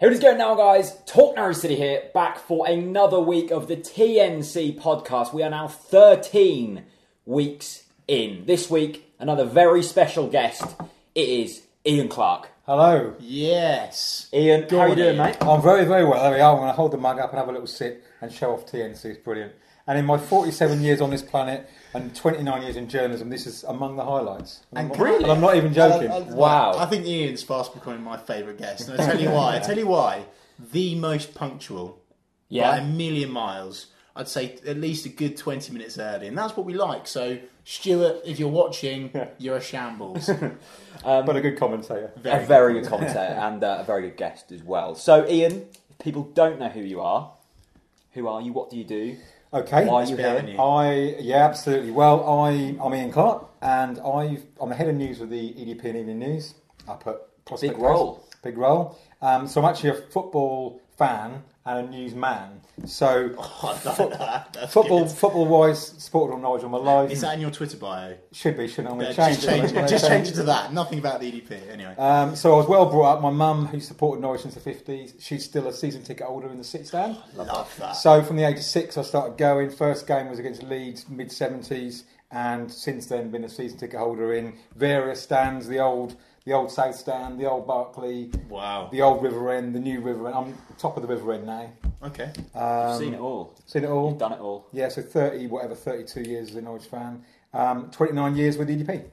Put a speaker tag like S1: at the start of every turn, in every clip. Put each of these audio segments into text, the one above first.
S1: Here it is going now, guys. Talk Narrow City here, back for another week of the TNC podcast. We are now 13 weeks in. This week, another very special guest. It is Ian Clark.
S2: Hello.
S3: Yes.
S1: Ian, how are you doing,
S3: Gordon.
S1: mate?
S2: I'm very, very well. There we are. I'm going to hold the mug up and have a little sip and show off TNC. It's brilliant. And in my 47 years on this planet and 29 years in journalism, this is among the highlights. And I'm, not-
S3: Really?
S2: and I'm not even joking.
S3: I- I-
S1: Wow.
S3: I think Ian's fast becoming my favourite guest. And I tell you why. I tell you why. The most punctual by a
S1: Yeah.
S3: million miles. I'd say at least a good 20 minutes early. And that's what we like. So, Stuart, if you're watching, you're a shambles.
S2: but a good commentator.
S1: A very good commentator and uh, a very good guest as well. So, Ian, if people don't know who you are, who are you? What do you do?
S2: Okay.
S1: Why are you
S3: be
S1: here?
S3: out of you.
S2: I yeah, absolutely. Well, I I'm Ian Clark, and I've, I'm the head of news with the EDP and Evening News. I put Prospect
S1: Big role.
S2: Coast. big role. Um, so I'm actually a football fan and a newsman. So
S3: Oh, I like that. That's
S2: football
S3: good.
S2: football wise, sporting knowledge on my life
S3: Is that in your Twitter bio?
S2: should be shouldn't. I'm
S3: Yeah,
S2: going to change
S3: just
S2: it. I'm
S3: change
S2: gonna
S3: it. Just change it to that. Nothing about the EDP. Anyway.
S2: Um, so I was well brought up. My mum, who supported Norwich since the 50s, she's still a season ticket holder in the sixth stand.
S3: Love that.
S2: So from the age of six, I started going. First game was against Leeds, mid 70s, and since then been a season ticket holder in various stands. The old, the old South Stand, the old Barclay,
S3: wow.
S2: the old River End, the new River End. I'm top of the River End now.
S3: Okay.
S1: I've seen it all.
S2: Seen it
S1: You've
S2: all.
S1: done it all.
S2: Yeah, so 30, whatever, 32 years as a Norwich fan. Um, 29 years with EDP.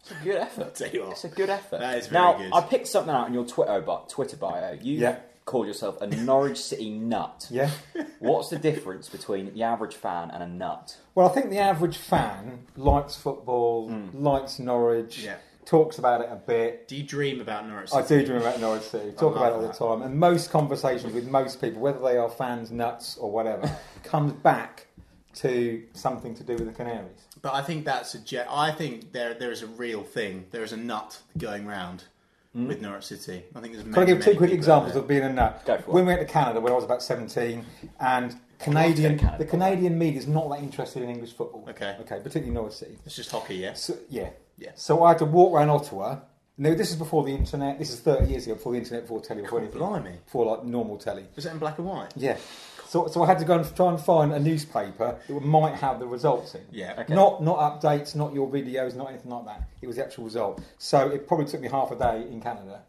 S1: It's a good effort.
S3: Tell you what.
S1: It's a good effort.
S3: That is very
S1: now,
S3: good.
S1: I picked something out in your Twitter bio. Twitter bio. You
S2: Yeah.
S1: called yourself a Norwich City nut.
S2: Yeah.
S1: What's the difference between the average fan and a nut?
S2: Well, I think the average fan likes football, likes Norwich,
S3: Yeah.
S2: talks about it a bit.
S3: Do you dream about Norwich?
S2: I do dream about Norwich City, talk
S3: love
S2: about it all the time. And most conversations with most people, whether they are fans, nuts, or whatever, comes back to something to do with the Canaries.
S3: But I think that's a. ge- I think there there is a real thing. There is a nut going round with Norwich City. I think there's.
S2: Hmm? Can I
S3: many,
S2: give two
S3: many
S2: quick
S3: people
S2: examples
S3: out
S2: of being a nut?
S1: Go for it.
S2: When we went to Canada when I was about 17, and
S1: to
S2: Canadian,
S1: Canada.
S2: the Canadian media is not that interested in English football.
S3: Okay.
S2: Okay, particularly Norwich City.
S3: there. It's just hockey, yes.
S2: So, yeah.
S3: Yeah.
S2: So I had to walk around Ottawa. Now, this is before the internet. This is 30 years ago, before the internet, before telly, before anything.
S3: blimey.
S2: Before, like, normal telly.
S3: Is that in black and white?
S2: Yeah. So, so I had to go and try and find a newspaper that might have the results in.
S3: Yeah.
S1: Okay.
S2: Not, not updates, not your videos, not anything like that. It was the actual result. So it probably took me half a day in Canada.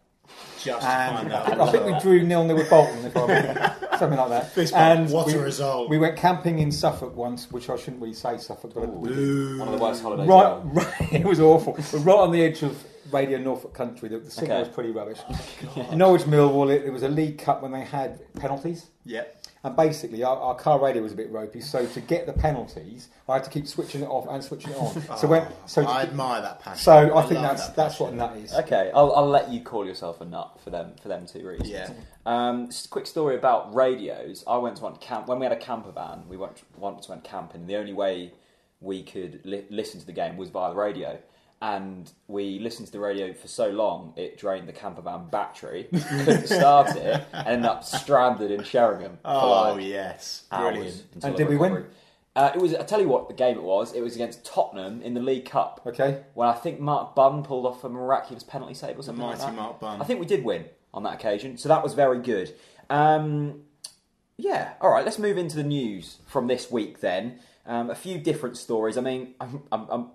S3: Just
S2: And
S3: to find out.
S2: I think we drew nil nil with Bolton, if I remember. Something like that.
S3: Fist bump.
S2: and
S3: What
S2: we,
S3: a result.
S2: We went camping in Suffolk once, which I shouldn't really say Suffolk, but we did.
S1: One of the worst holidays
S2: Right,
S1: ever.
S2: right, it was awful. We're right on the edge of Radio Norfolk Country. The, the signal
S1: Okay.
S2: was pretty rubbish. Norwich Millwall. It, it was a League Cup when they had penalties,
S3: yeah.
S2: and basically our, our car radio was a bit ropey. So to get the penalties, I had to keep switching it off and switching it on. so when so to
S3: Oh, Ah, I
S2: keep-
S3: admire that passion.
S2: so I,
S3: love
S2: think that's
S3: that
S2: that's what
S3: passion.
S2: nut is.
S1: Okay, I'll, I'll let you call yourself a nut for them for them two reasons.
S3: Yeah.
S1: Um, s- quick story about radios. I went to one camp when we had a camper van. We went once went camping. The only way we could li- listen to the game was via the radio. And we listened to the radio for so long, it drained the camper van battery. Couldn't start it, and ended up stranded in Sheringham. for
S3: Oh
S1: like
S3: yes,
S1: hours
S3: brilliant.
S1: until
S2: And
S1: I
S2: did we win?
S1: recovered. Uh, it was. I tell you what, the game it was. It was against Tottenham in the League Cup.
S2: Okay.
S1: When I think Mark Bunn pulled off a miraculous penalty save or something. like
S3: Mighty
S1: that.
S3: Mark Bunn.
S1: I think we did win on that occasion, so that was very good. Um, yeah. All right. Let's move into the news from this week then. Um, a few different stories. I mean, I'm, I'm, I'm,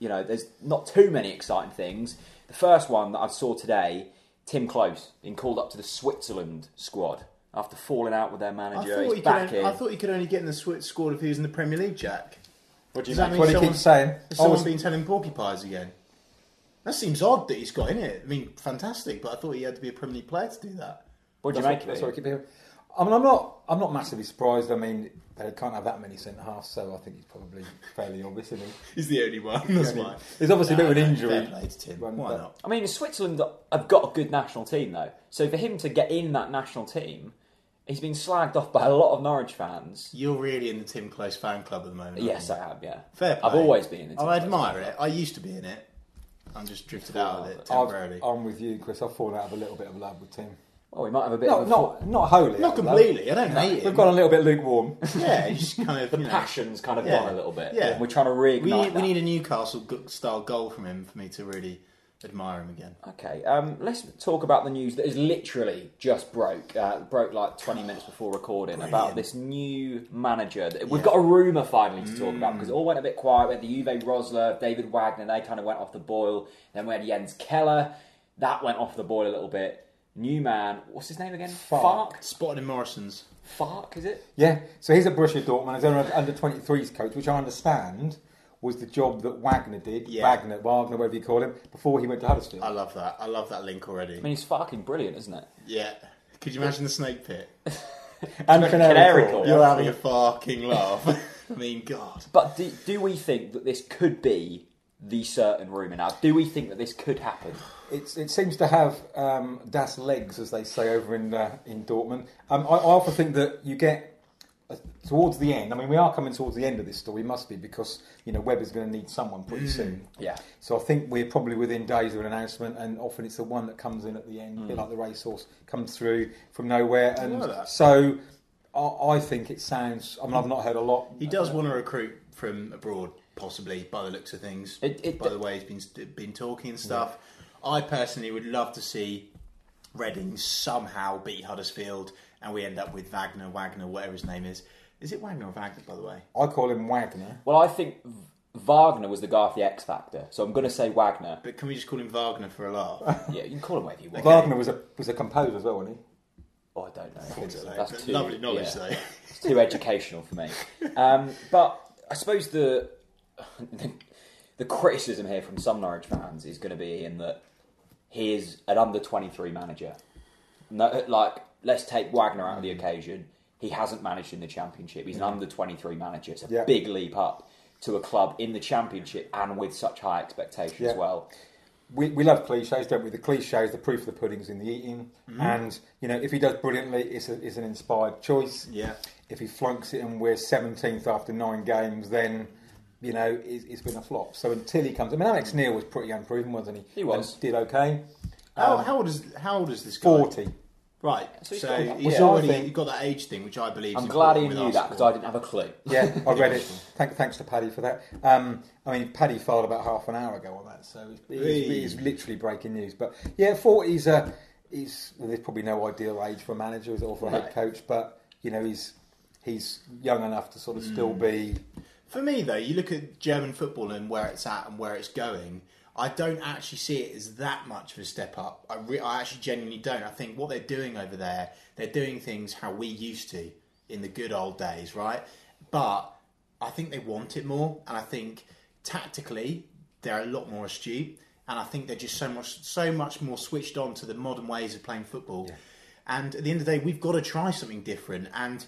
S1: you know, there's not too many exciting things. The first one that I saw today, Tim Close being called up to the Switzerland squad after falling out with their
S3: I
S1: manager.
S3: thought,
S1: He's
S3: he could
S1: back
S3: only,
S1: in.
S3: I thought he could only get in the Swiss squad if he was in the Premier League, Jack.
S1: What do
S3: Does
S1: you
S3: that
S1: make?
S3: mean
S2: What he
S3: someone,
S2: keeps saying. Oh,
S3: has
S2: I
S3: someone
S2: was-
S3: been telling porky pies again? That seems odd that he's got in it. I mean, fantastic, but I thought he had to be a Premier League player to do that.
S1: What do you
S2: That's
S1: make of it?
S2: what- that's what I keep hearing. I mean, I'm not, I'm not massively surprised. I mean, they can't have that many centre halves, so I think it's probably fairly obvious. Isn't it?
S3: He's the only one. That's why.
S2: There's obviously a bit of an injury.
S3: Fair play to Tim.
S2: One,
S3: Why
S2: but-
S3: not?
S1: I mean, Switzerland have got a good national team though, so for him to get in that national team, he's been slagged off by a lot of Norwich fans.
S3: You're really in the Tim Close fan club at the moment. aren't
S1: Yes,
S3: you?
S1: I have. Yeah,
S3: Mm-hmm. fair. Play.
S1: I've always been. in the
S3: I
S1: team.
S3: admire it. I used to be in it. I'm just drifted out of it
S2: I've-
S3: temporarily.
S2: I'm with you, Chris. I've fallen out of a little bit of love with Tim.
S1: Well, we might have a bit
S2: No,
S1: of a
S2: not not wholly.
S3: Not
S2: out of love.
S3: completely. I don't hate it.
S2: We've gone a little bit lukewarm.
S3: yeah, you just kind of
S1: the
S3: you know.
S1: passion's kind of
S3: Yeah.
S1: gone a little bit.
S3: Yeah.
S1: we're trying to
S3: We
S1: reignite.
S3: need, we
S1: that.
S3: need a Newcastle g- style goal from him for me to really admire him again.
S1: Okay, um, let's talk about the news that is literally just broke. Uh, broke like 20 minutes before recording about
S3: Brilliant.
S1: this new manager. that- We've got a rumour finally to talk about because it all went a bit quiet. We had the Juve Rosler, David Wagner, they kind of went off the boil. Then we had Jens Keller, that went off the boil a little bit. New man, what's his name again?
S2: Fark.
S1: Fark?
S3: Spotted in Morrison's.
S1: Fark, is it?
S2: Yeah, so he's at Borussia Dortmund as an under 23s coach, which I understand was the job that Wagner did.
S3: Yeah.
S2: Wagner, Wagner, whatever you call him, before he went to Huddersfield.
S1: Uh,
S3: I love that. I love that link already.
S1: I mean, he's fucking brilliant, isn't it?
S3: yeah. Could you imagine the snake pit?
S2: and
S1: Canary Corps.
S3: You're having a fucking laugh. I mean, God.
S1: But do, do we think that this could be the certain rumour now? Do we think that this could happen?
S2: It's, it seems to have um, das legs, as they say over in uh, in Dortmund. Um, I, I often think that you get uh, towards the end. I mean, we are coming towards the end of this story, must be because you know Webber's going to need someone pretty soon.
S1: Mm. Yeah.
S2: So I think we're probably within days of an announcement, and often it's the one that comes in at the end, a bit like the racehorse comes through from nowhere. And
S3: know Hmm. that.
S2: so I, I think it sounds. I mean, I've not heard a lot.
S3: He does want to recruit from abroad, possibly, by the looks of things.
S1: It- it-
S3: by the way, he's been been talking and stuff. I personally would love to see Reading somehow beat Huddersfield, and we end up with Wagner, Wagner, whatever his name is. Is it Wagner or Wagner? By the way,
S2: I call him Wagner.
S1: Well, I think V- Wagner was the guy for the X Factor, so I'm going to say Wagner.
S3: but can we just call him Wagner for a laugh?
S1: Yeah, you can call him whatever you want.
S2: Wagner was a was a composer as well, wasn't he?
S1: Oh, I don't know.
S3: So, but
S1: That's too,
S3: lovely knowledge,
S1: yeah,
S3: though.
S1: It's too educational for me. Um, but I suppose the, the the criticism here from some Norwich fans is going to be in that he is an under 23 manager. No, like let's take Wagner out of the
S2: Mm.
S1: occasion. He hasn't managed in the championship. He's an under 23 manager. It's a
S2: Yeah.
S1: big leap up to a club in the championship and with such high expectations
S2: Yeah.
S1: as well.
S2: we, we love cliches, don't we? The cliches, the proof of the pudding's in the eating. And, you know, if he does brilliantly, it's, a, it's an inspired choice.
S3: Yeah.
S2: If he flunks it and we're 17th after nine games, then, you know, it's, it's been a flop. So until he comes. I mean, Alex Neil was pretty unproven, wasn't he?
S1: He was.
S2: And did okay.
S3: How, how old is how old is this guy?
S2: 40.
S3: Right.
S1: Um, So
S3: So,
S1: he's got-
S3: he's
S2: yeah.
S3: already
S2: I think-
S3: you've got that age thing, which I believe.
S1: I'm
S3: is
S1: glad he
S3: important
S1: knew
S3: with
S1: that
S3: our
S1: because I
S3: sport.
S1: didn't have a clue.
S2: Yeah, I read it. Thank, thanks to Paddy for that. Um, I mean, Paddy filed about half an hour ago on that, so it's, it's, it's literally breaking news. But yeah, forties. Uh, he's well, there's probably no ideal age for a manager or for a head
S1: Right.
S2: coach, but you know he's he's young enough to sort of still be.
S3: For me, though, you look at German football and where it's at and where it's going. I don't actually see it as that much of a step up. I, re- I actually genuinely don't. I think what they're doing over there, they're doing things how we used to in the good old days, right? But I think they want it more, and I think tactically they're a lot more astute, and I think they're just so much so much more switched on to the modern ways of playing football. And at the end of the day, we've got to try something different, and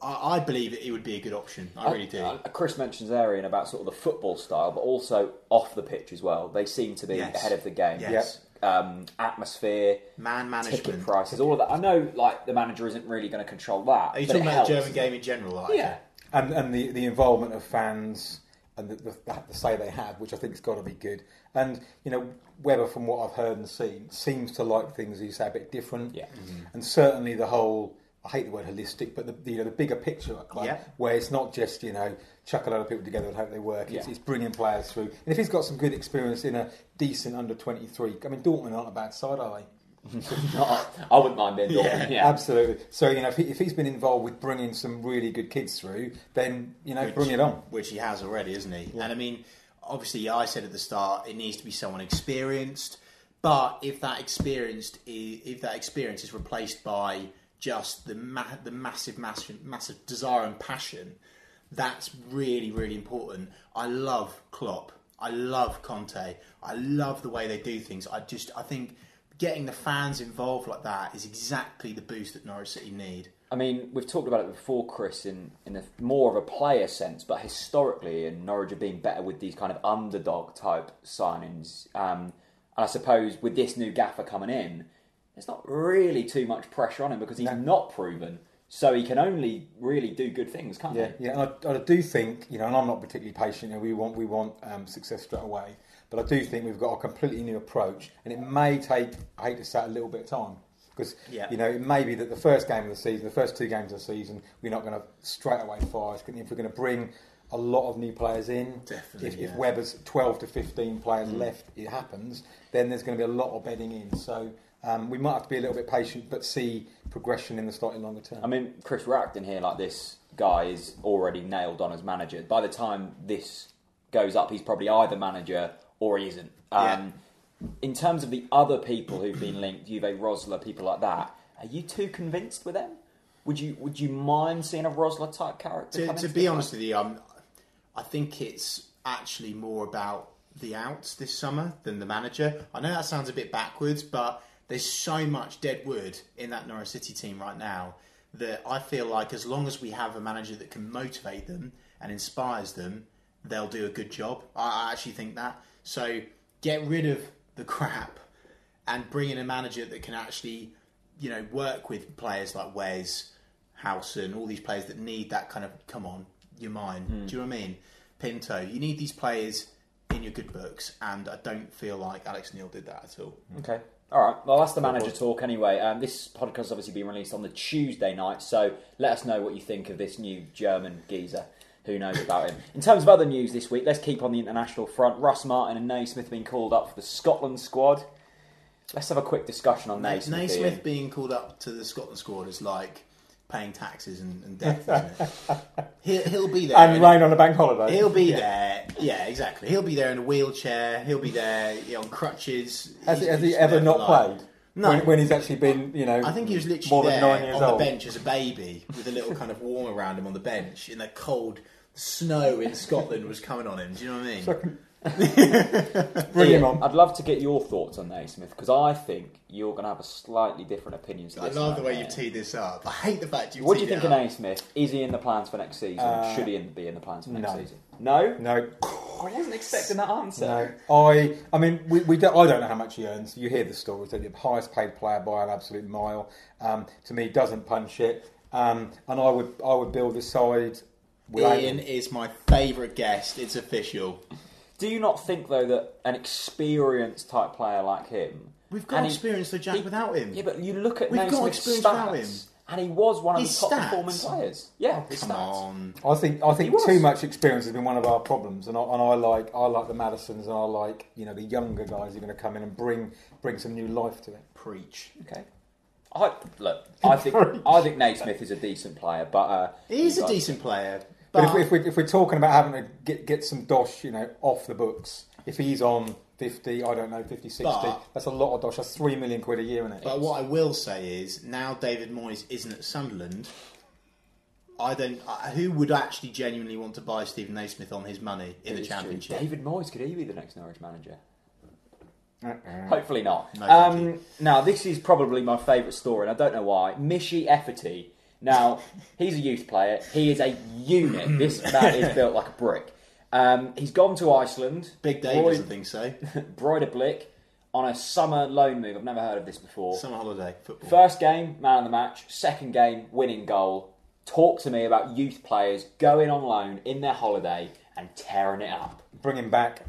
S3: I, I believe it would be a good option. I really do.
S1: Uh, Chris mentions Arian about sort of the football style, but also off the pitch as well. They seem to be
S3: Yes.
S1: ahead of the game.
S3: Yes.
S1: Um, atmosphere,
S3: Man
S1: ticket
S3: management. Are
S1: prices, all of that. I know, like the manager isn't really going to control that. Are
S3: you talking about
S1: helps.
S3: the German game in general? Like,
S1: Yeah.
S2: and and the, the involvement of fans and the, the, the say they have, which I think has got to be good. And you know, Weber, from what I've heard and seen, seems to like things as you say a bit different.
S1: Yeah.
S2: and certainly the whole. I hate the word holistic, but the the, you know the bigger picture, like,
S3: Yeah.
S2: where it's not just you know chuck a lot of people together and hope they work. It's,
S1: Yeah.
S2: it's bringing players through. And if he's got some good experience in a decent under twenty three, I mean Dortmund aren't a bad side, are they?
S1: I wouldn't mind being Dortmund. Yeah.
S3: Yeah.
S2: Absolutely. So you know, if, he, if he's been involved with bringing some really good kids through, then you know,
S3: Which-
S2: bring it on.
S3: Which he has already, isn't he? And I mean, obviously, I said at the start, it needs to be someone experienced. But if that experienced, i- if that experience is replaced by just the ma- the massive, massive, massive desire and passion, that's really, really important. I love Klopp. I love Conte. I love the way they do things. I just, I think getting the fans involved like that is exactly the boost that Norwich City need.
S1: I mean, we've talked about it before, Chris, in, in a, more of a player sense, but historically, and Norwich have been better with these kind of underdog type signings. Um, and I suppose with this new gaffer coming in, there's not really too much pressure on him because he's not proven, so he can only really do good things, can't
S2: Yeah, yeah. And I, I do think you know, and I'm not particularly patient. You know, we want we want um, success straight away, but I do think we've got a completely new approach, and it may take I hate to say it, a little bit of time because
S3: Yeah.
S2: you know it may be that the first game of the season, the first two games of the season, we're not going to straight away fire. It's gonna- If we're going to bring a lot of new players in.
S3: Definitely,
S2: If, if
S3: yeah. Mm.
S2: Webber's 12 to 15 players left, it happens, then there's going to be a lot of bedding in. So um, we might have to be a little bit patient, but see progression in the slightly longer term.
S1: I mean, Chris Racton here, like this guy, is already nailed on as manager. By the time this goes up, he's probably either manager or he isn't. Um, In terms of the other people who've been linked, Juve, Rosler, people like that, are you too convinced with them? Would you Would you mind seeing a Rosler type character?
S3: to,
S1: come
S3: to
S1: into
S3: be
S1: the
S3: honest with you, um, I think it's actually more about the outs this summer than the manager. I know that sounds a bit backwards, but there's so much dead wood in that Norwich City team right now that I feel like as long as we have a manager that can motivate them and inspires them, they'll do a good job. I, I actually think that. So get rid of the crap and bring in a manager that can actually, you know, work with players like Wes, Howson, all these players that need that kind of come on, you're mine.
S2: Hmm.
S3: Do you know what I mean? Pinto, you need these players in your good books, and I don't feel like Alex Neil did that at all.
S1: Okay. All right. Well, that's the manager talk anyway. Um, this podcast has obviously been released on the Tuesday night, so let us know what you think of this new German geezer. Who knows about him? In terms of other news this week, let's keep on the international front. Russ Martin and Naismith have been called up for the Scotland squad. Let's have a quick discussion on Naismith. Ian.
S3: Naismith being called up to the Scotland squad is like paying taxes and, and death. Isn't it? he'll, he'll be there.
S2: and
S3: in-
S2: rain on a bank holiday.
S3: He'll be there. Yeah, exactly. He'll be there in a wheelchair. He'll be there you know, on crutches.
S2: Has he,
S3: He's-
S2: has he
S3: he's
S2: ever
S3: there for
S2: not
S3: life.
S2: played?
S3: No.
S2: When, when he's actually been, you know,
S3: I think he was literally
S2: more than
S3: there
S2: nine years
S3: on
S2: old.
S3: the bench as a baby with a little kind of warm around him on the bench in the cold snow in Scotland was coming on him. Do you know what I mean?
S2: Bring
S1: Ian,
S2: him on.
S1: I'd love to get your thoughts on Naismith because I think you're going to have a slightly different opinion. To
S3: I
S1: this
S3: love
S1: man
S3: the way
S1: here.
S3: you've teed this up. I hate the fact you've
S1: What do you
S3: teed
S1: think
S3: it
S1: of
S3: up.
S1: Naismith? Is he in the plans for next season?
S2: Uh,
S1: Should he in- be in the plans for next
S2: no.
S1: season? No.
S2: No.
S1: I wasn't expecting that answer.
S2: No, I. I mean, we, we don't, I don't know how much he earns. You hear the stories. They're the highest paid player by an absolute mile. Um, to me, doesn't punch it. Um, and I would I would build a side. With Aidan.
S3: Ian is my favourite guest. It's official.
S1: Do you not think though that an experienced type player like him?
S3: We've got
S1: and
S3: experience though, Jack, without him.
S1: Yeah, but you look at
S3: We've got
S1: Naismith's
S3: experience
S1: stats,
S3: without him.
S1: and he was one of
S3: His
S1: the top
S3: stats? Oh,
S1: performing players. Yeah, his
S3: Come
S1: stats.
S3: on.
S2: I think I
S1: He
S2: think
S1: was.
S2: too much experience has been one of our problems, and I, and I like I like the Madisons, and I like you know the younger guys who are going to come in and bring bring some new life to it.
S3: Preach.
S1: Okay. I look. I think I think Naismith is a decent player, but uh,
S3: He is
S1: you
S3: a
S1: guys-
S3: decent player.
S2: But if,
S3: but-
S2: we, if, we, if we're talking about having to get, get some dosh, you know, off the books, if he's on 50, I don't know, 50, 60,
S3: But-
S2: that's a lot of dosh. That's 3 million quid a year, isn't it?
S3: But what I will say is, now David Moyes isn't at Sunderland, I don't. I, who would actually genuinely want to buy Stephen Naismith on his money
S1: It
S3: in the
S1: is true.
S3: Championship?
S1: David Moyes could he be the next Norwich manager?
S2: Uh-uh.
S1: Hopefully not.
S3: No, Mm-hmm. thank
S1: um, now, this is probably my favourite story, and I don't know why. Mishi Efferty. Now, he's a youth player. He is a unit. This man is built like a brick. Um, he's gone to Iceland.
S3: Big Dave
S1: Roy-
S3: doesn't think so.
S1: Broiderblick on a summer loan move. I've never heard of this before.
S3: Summer holiday football.
S1: First game, man of the match. Second game, winning goal. Talk to me about youth players going on loan in their holiday and tearing it up.
S2: Bring him back,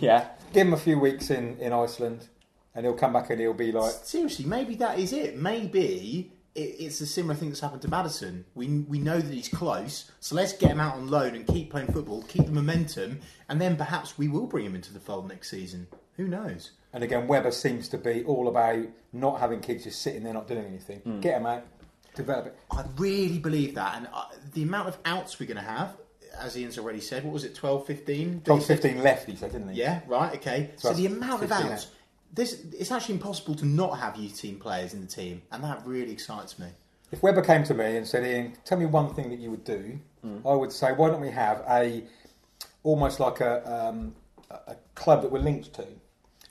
S1: yeah.
S2: give him a few weeks in, in Iceland, and he'll come back and he'll be like,
S3: Seriously, maybe that is it. Maybe it, it's a similar thing that's happened to Madison. We we know that he's close, so let's get him out on loan and keep playing football, keep the momentum, and then perhaps we will bring him into the fold next season. Who knows?
S2: and again, Weber seems to be all about not having kids just sitting there not doing anything. Get him out, develop it.
S3: Hmm. I really believe that, and I, the amount of outs we're going to have, as Ian's already said, what was it, 12, 15?
S2: John 15 left, he said, didn't he?
S3: Yeah, right, okay. So
S2: Twelve,
S3: the amount of
S2: 15,
S3: outs, this it's actually impossible to not have youth team players in the team, and that really excites me.
S2: If Weber came to me and said, Ian, tell me one thing that you would do,
S3: Mm.
S2: I would say, why don't we have a almost like a, um, a a club that we're linked to, so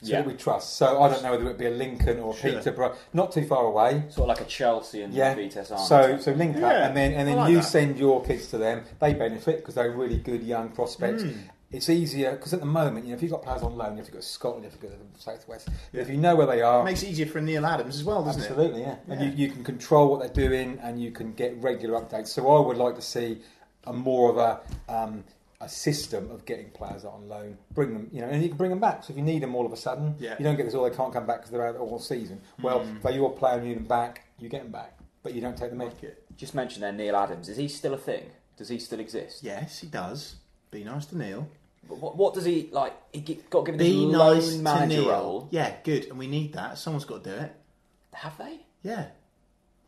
S1: Yeah.
S2: that we trust. So I don't know whether it would be a Lincoln or a
S3: Sure.
S2: Peterborough, not too far away.
S1: Sort of like a Chelsea and
S2: Yeah.
S1: Vitesse Arnhem.
S2: So so link up,
S3: Yeah,
S2: and then and
S3: I
S2: then
S3: like
S2: you
S3: that.
S2: send your kids to them. They benefit because they're really good young prospects.
S3: Mm.
S2: It's easier because at the moment, you know, if you've got players on loan, you have to go to Scotland, you have to go to the southwest. If you know where they are,
S3: makes it easier for Neil Adams as well, doesn't it?
S2: Absolutely, yeah. And you, you can control what they're doing and you can get regular updates. So I would like to see a more of a um, a system of getting players out on loan, bring them, you know, and you can bring them back. So if you need them all of a sudden,
S3: Yeah. Hmm.
S2: you don't get this, oh, they can't come back because they're out all season. Well, if they're your player and you need them back, you get them back, but you don't take them in.
S3: Like it.
S1: Just mentioned there Neil Adams. Is he still a thing? Does he still exist?
S3: Yes, he does. Be nice to Neil.
S1: But what, what does he like? He get, got given this
S3: Be
S1: lone
S3: nice to
S1: manager
S3: Neil.
S1: role.
S3: Yeah, good. And we need that. Someone's got to do it.
S1: Have they?
S3: Yeah.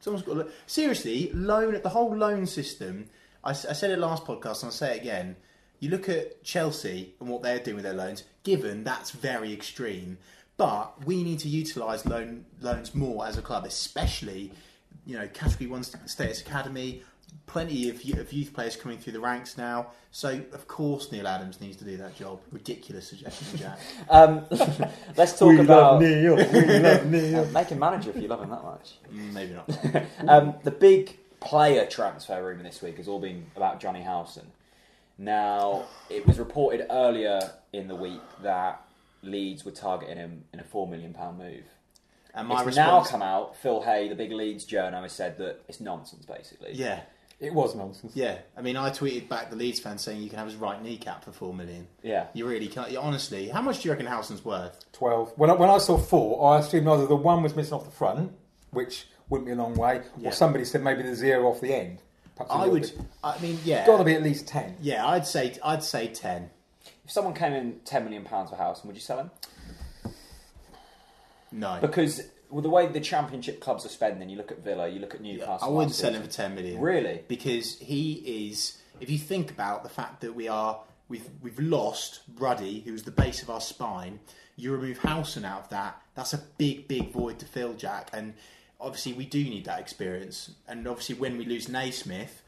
S3: Someone's got to look. Seriously, loan, the whole loan system, I, s- I said it last podcast and I'll say it again. You look at Chelsea and what they're doing with their loans, given that's very extreme. But we need to utilise loan loans more as a club, especially, you know, Category 1 st- Status Academy, plenty of, y- of youth players coming through the ranks now. So, of course, Neil Adams needs to do that job. Ridiculous suggestion, Jack.
S1: Um, let's talk about
S2: Neil. We love
S1: Uh,
S2: Neil.
S1: make him manager if you love him that much.
S3: Mm, Maybe not.
S1: Um, the big player transfer rumor this week has all been about Johnny Howson. Now, it was reported earlier in the week that Leeds were targeting him in a £4 million move.
S3: And my
S1: It's now
S3: response.
S1: come out, Phil Hay, the big Leeds journo, has said that it's nonsense, basically.
S3: yeah.
S2: It was nonsense.
S3: Yeah, I mean, I tweeted back the Leeds fan saying you can have his right kneecap for four million.
S1: Yeah.
S3: You really can't. You, honestly, how much do you reckon Howson's worth?
S2: Twelve. When I, when I saw four, I assumed either the one was missing off the front, which wouldn't be a long way,
S3: Yeah.
S2: or somebody said maybe the zero off the end. Perhaps a
S3: I
S2: little
S3: would.
S2: bit.
S3: I mean, yeah,
S2: Got to be at least ten.
S3: yeah. I'd say I'd say ten.
S1: If someone came in £10 million for Howson, would you sell him?
S3: No,
S1: Because with the way the championship clubs are spending, you look at Villa, you look at Newcastle.
S3: I wouldn't
S1: last
S3: sell him
S1: season.
S3: for ten million.
S1: Really?
S3: Because he is. If you think about the fact that we are, we've we've lost Ruddy, who's the base of our spine. You remove Howson out of that. That's a big, big void to fill, Jack. And obviously, we do need that experience. And obviously, when we lose Naismith,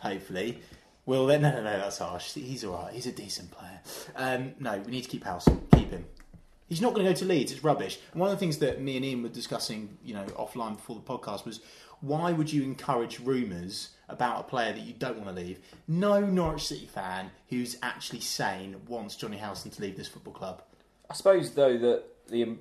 S3: hopefully. Well, then, no, no, no, that's harsh. He's all right. He's a decent player. Um, no, we need to keep House. Keep him. He's not going to go to Leeds. It's rubbish. And one of the things that me and Ian were discussing, you know, offline before the podcast was why would you encourage rumours about a player that you don't want to leave? No Norwich City fan who's actually sane wants Johnny Howson to leave this football club.
S1: I suppose though that the um,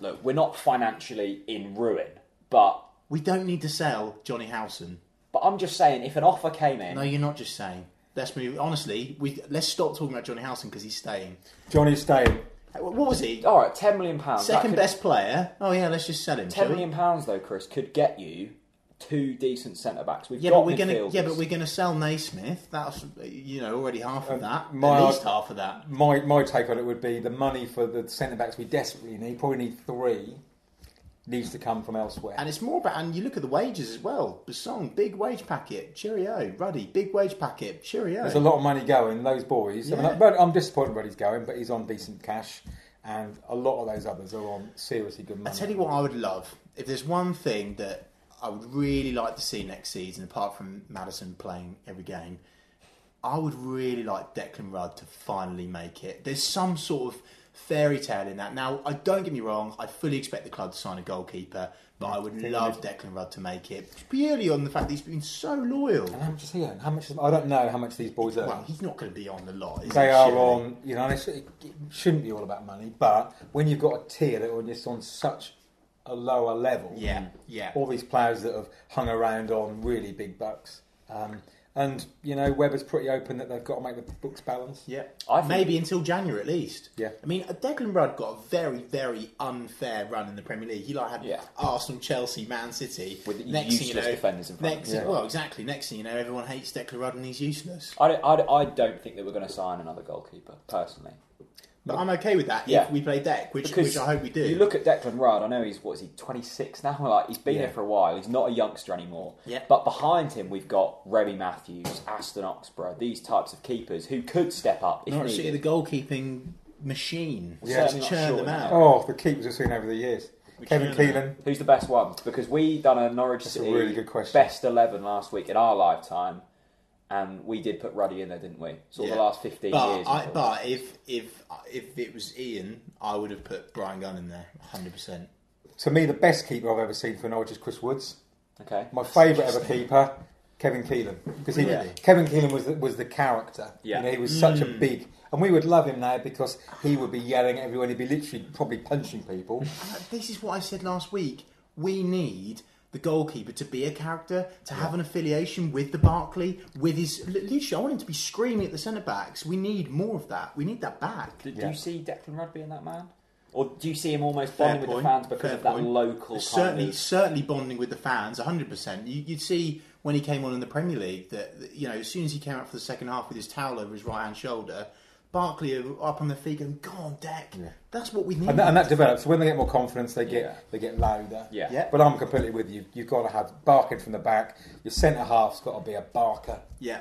S1: look, we're not financially in ruin, but
S3: We don't need to sell Johnny Howson.
S1: but I'm just saying if an offer came in,
S3: No, you're not just saying. Let's move. Honestly, we let's stop talking about Johnny Howson because he's staying.
S2: Johnny's staying.
S3: What was he?
S1: all right, ten million pounds.
S3: Second
S1: could,
S3: best player. Oh yeah, let's just sell him. shall
S1: Ten
S3: we?
S1: million pounds though, Chris, could get you two decent centre backs. We've
S3: Yeah,
S1: got
S3: but we're gonna
S1: midfielders.
S3: yeah, but we're gonna sell Naismith. That's you know already half of
S2: Um,
S3: that.
S2: my-
S3: At least half of that.
S2: My my take on it would be the money for the centre backs we desperately need. Probably need three. Needs to come from elsewhere.
S3: And it's more about and you look at the wages as well. Basong, big wage packet. Cheerio, Ruddy, big wage packet. Cheerio.
S2: There's a lot of money going. Those boys. I mean,
S3: Yeah.
S2: I- but I'm disappointed where he's going, but he's on decent cash, and a lot of those others are on seriously good
S3: I
S2: money.
S3: tell you what, I would love if there's one thing that I would really like to see next season, apart from Madison playing every game. I would really like Declan Rudd to finally make it. There's some sort of fairy tale in that. Now, I don't get me wrong, I fully expect the club to sign a goalkeeper, but I would love Declan Rudd to make it purely on the fact that he's been so loyal.
S2: And how much is he on? How much? Is, I don't know how much these boys earn.
S3: Well, he's not going to be on the lot. Is
S2: they
S3: he,
S2: are
S3: surely?
S2: on. You know, and it's, it shouldn't be all about money, but when you've got a tier that are just on such a lower level,
S3: Yeah, yeah.
S2: all these players that have hung around on really big bucks. Um, and you know, Webber's pretty open that they've got to make the books balance.
S3: Yeah,
S1: I think-
S3: maybe until January at least.
S2: Yeah.
S3: I mean, Declan Rudd got a very, very unfair run in the Premier League. He like had
S1: Yeah.
S3: Arsenal, Chelsea, Man City.
S1: With useless defenders in front of
S3: Next,
S1: him.
S2: Yeah.
S3: well, exactly. Next thing you know, everyone hates Declan Rudd and he's useless.
S1: I don't, I, don't- I don't think that we're going to sign another goalkeeper personally.
S3: But I'm okay with that
S1: Yeah.
S3: if we play Deck, which
S1: Because
S3: which I hope we do.
S1: You look at Declan Rudd. I know he's what is he twenty six now? Like he's been
S2: Yeah.
S1: here for a while. He's not a youngster anymore.
S3: Yeah.
S1: But behind him, we've got Remy Matthews, Aston Oxborough, these types of keepers who could step up if
S3: Norwich City,
S1: needed.
S3: the goalkeeping machine.
S1: Yeah.
S3: Let's
S1: Certainly not
S3: churn
S1: sure
S3: them out.
S2: Oh, the keepers we've seen over the years. Kevin
S3: Keelan.
S2: Keelan.
S1: Who's the best one? Because we done a Norwich
S2: That's a
S1: City
S2: really good question.
S1: best eleven last week in our lifetime, and we did put Ruddy in there, didn't we? Sort of
S3: Yeah.
S1: the last fifteen
S3: but
S1: years.
S3: I,
S1: until-
S3: but if if if it was Ian, I would have put Brian Gunn in there, hundred percent.
S2: To me, the best keeper I've ever seen for Norwich is Chris Woods.
S1: okay.
S2: My favourite ever keeper, Kevin Keelan, because he
S3: Really?
S2: Kevin Keelan was the, was the character.
S1: Yeah.
S2: You know, he was such
S3: Mm.
S2: a big, and we would love him now because he would be yelling at everyone. He'd be literally probably punching people.
S3: This is what I said last week. We need the goalkeeper to be a character, to have an affiliation with the Barkley, with his l- literally. I want him to be screaming at the centre backs. We need more of that. We need that back.
S1: Do, do
S2: Yeah.
S1: you see Declan Rudd being that man? Or do you see him almost
S3: Fair
S1: bonding with
S3: point,
S1: the fans because
S3: fair
S1: of that
S3: point.
S1: local
S3: certainly
S1: kind of...
S3: certainly bonding with the fans 100% you, you'd see when he came on in the Premier League that that, you know as soon as he came out for the second half with his towel over his right hand shoulder Barkley up on the feet going go on deck that's what we need
S2: And that, and that develops. So when they get more confidence, they get
S1: Yeah.
S2: they get louder.
S1: Yeah.
S3: Yeah.
S2: But I'm completely with you. You've got to have barking from the back. Your centre half's got to be a barker.
S3: yeah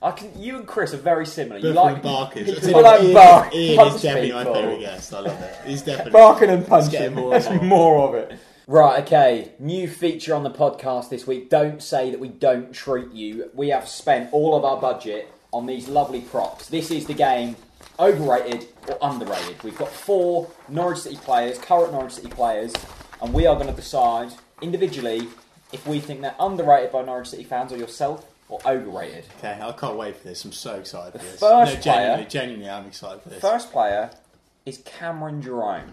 S1: I can, you and Chris are very similar. You
S3: But
S1: like
S3: from Barkers.
S1: people
S3: Ian-
S2: like
S1: like
S3: Ian-
S2: Bark-
S3: Ian
S1: punch
S3: is definitely my
S1: people.
S3: favourite guest. I love it. He's definitely
S2: Barking and
S3: Let's get
S2: punching.
S3: more
S2: Let's
S3: and
S2: be more of it.
S1: Right, okay. New feature on the podcast this week. Don't say that we don't treat you. We have spent all of our budget on these lovely props. This is the game overrated or underrated. We've got four Norwich City players, current Norwich City players, and we are going to decide individually if we think they're underrated by Norwich City fans or yourself or overrated.
S3: Okay, I can't wait for this. I'm so excited for this.
S1: first
S3: no,
S1: player-
S3: genuinely, genuinely, I'm excited for this.
S1: First player is Cameron Jerome.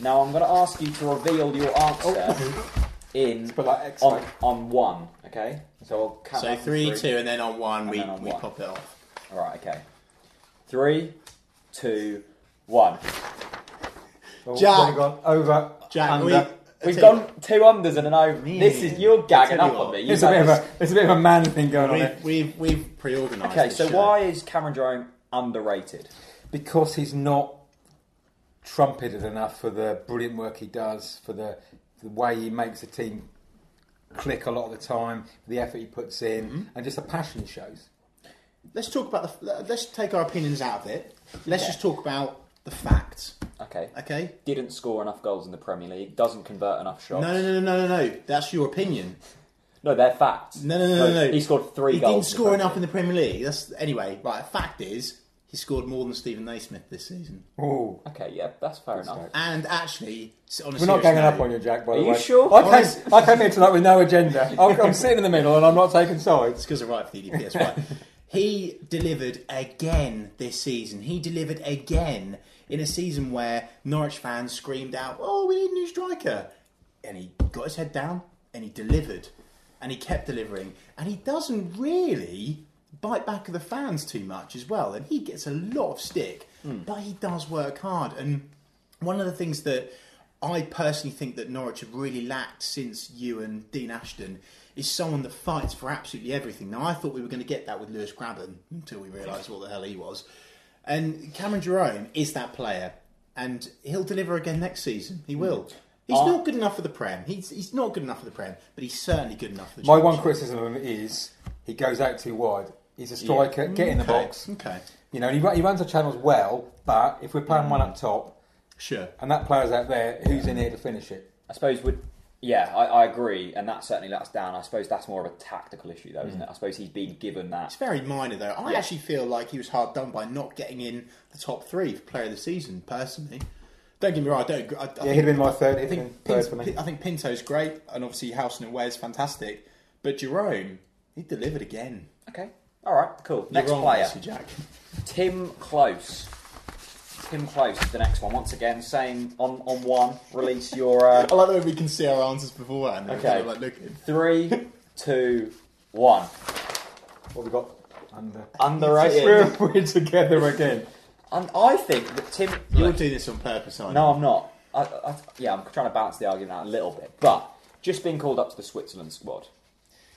S1: Now I'm going to ask you to reveal your
S3: Oh,
S1: answer in
S2: But like X
S1: on, on one. Okay, so I'll count
S3: so
S1: down from
S3: three, two, and then on one, we,
S1: then on
S3: we
S1: one.
S3: pop it off.
S1: All right, okay. Three, two, one.
S2: Oh,
S3: Jack.
S2: what have we gone? over.
S3: Jack,
S2: under.
S3: we,
S1: uh, We've gone two unders and an over. This is you're gagging
S3: Tell
S1: up
S3: you
S1: on
S3: what,
S1: me. You
S2: It's a
S1: know
S2: bit of
S1: this.
S2: a it's a bit of a man thing going on there
S3: We've, we've, we've pre-organised.
S1: Okay,
S3: this
S1: so
S3: show.
S1: why is Cameron Jerome underrated?
S2: because he's not trumpeted enough for the brilliant work he does for the the way he makes the team click a lot of the time, the effort he puts in,
S1: Mm-hmm.
S2: and just the passion he shows.
S3: Let's talk about the. Let's take our opinions out of it. Let's just talk about the facts.
S1: Okay,
S3: Okay.
S1: didn't score enough goals in the Premier League. Doesn't convert enough
S3: No,
S1: shots.
S3: no, no, no, no, no. That's your opinion.
S1: No, they're facts.
S3: No, no, no, no, no.
S1: He scored three
S3: He didn't
S1: goals. in the
S3: score
S1: Premier
S3: enough in
S1: League.
S3: the Premier League. That's anyway. Right. Fact is, he scored more than Stephen Naismith this season.
S2: Oh,
S1: Okay, yeah, that's fair enough.
S2: start.
S3: And actually, s- on a
S2: We're not
S3: serious
S2: ganging
S3: note,
S2: up on you, Jack. By
S1: Are
S2: the
S1: you
S2: way,
S1: sure?
S2: I came, I came here tonight with no agenda. I'm, I'm sitting in the middle and I'm not taking sides.
S3: It's because I write for the EDPS, right? he delivered again this season. He delivered again in a season where Norwich fans screamed out, "Oh, we need a new striker!" And he got his head down and he delivered, and he kept delivering, and he doesn't really bite back of the fans too much as well. And he gets a lot of stick,
S2: Hmm.
S3: but he does work hard. And one of the things that I personally think that Norwich have really lacked since you and Dean Ashton is someone that fights for absolutely everything. Now, I thought we were going to get that with Lewis Graben until we realised what the hell he was. And Cameron Jerome is that player, and he'll deliver again next season.
S2: Hmm.
S3: He will. He's
S1: Ah.
S3: not good enough for the Prem. He's, he's not good enough for the Prem, but he's certainly good enough for the
S2: My one
S3: Championship.
S2: criticism of him is he goes out too wide. He's a striker. Get in the
S3: Okay,
S2: box.
S3: Okay,
S2: You know, he, ru- he runs the channels well, but if we're playing
S1: Mm.
S2: one up top
S3: sure.
S2: and that player's out there, who's in here to finish it?
S1: I suppose would yeah, I, I agree, and that certainly lets down. I suppose that's more of a tactical issue, though, isn't
S3: Mm.
S1: it? I suppose he's been given that.
S3: It's very minor though. I
S1: Yeah.
S3: actually feel like he was hard done by not getting in the top three for Player of the Season. Personally, don't get me wrong. I don't. I, I
S2: Yeah,
S3: think-
S2: he'd been my third.
S3: I
S2: He'd been
S3: think,
S2: third
S3: Pinto,
S2: for me.
S3: I think Pinto's great, and obviously Housen and Ware's fantastic. But Jerome, he delivered again.
S1: Okay, all right, cool. Next
S3: You're wrong,
S1: player,
S3: Mr. Jack.
S1: Tim Close. Tim Close, is the next one. Once again, same on on one. Release your uh,
S3: I like the way we can see our answers beforehand. and we're
S1: Okay.
S3: kind of like looking.
S1: three, two, one.
S2: What have we got? Under.
S1: Underrated.
S2: We're, we're together again.
S1: And I think that Tim.
S3: You're
S1: look,
S3: doing this on purpose, aren't
S1: No, I'm not. I, I, yeah, I'm trying to balance the argument out a little bit, but just being called up to the Switzerland squad,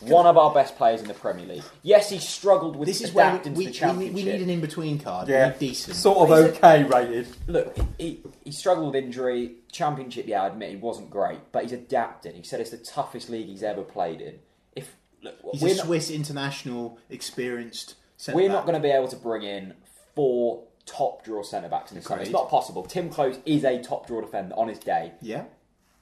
S1: one of our best players in the Premier League. Yes, he struggled with
S3: you? This is where
S1: adapting
S3: we, we,
S1: to the
S3: we need-
S1: championship.
S3: we need an in-between card. Yeah,
S2: Yeah.
S3: decent.
S2: Sort of
S1: Is it-
S2: okay rated.
S1: Look, he, he struggled with injury. Championship, yeah, I admit he wasn't great, but he's adapted. He said it's the toughest league he's ever played in. If look,
S3: He's
S1: we're
S3: a
S1: not-
S3: Swiss international, experienced. centre
S1: We're
S3: back.
S1: not going to be able to bring in four top draw centre backs in the summer. It's
S3: Agreed.
S1: not possible. Tim Close is a top draw defender on his day,
S3: Yeah.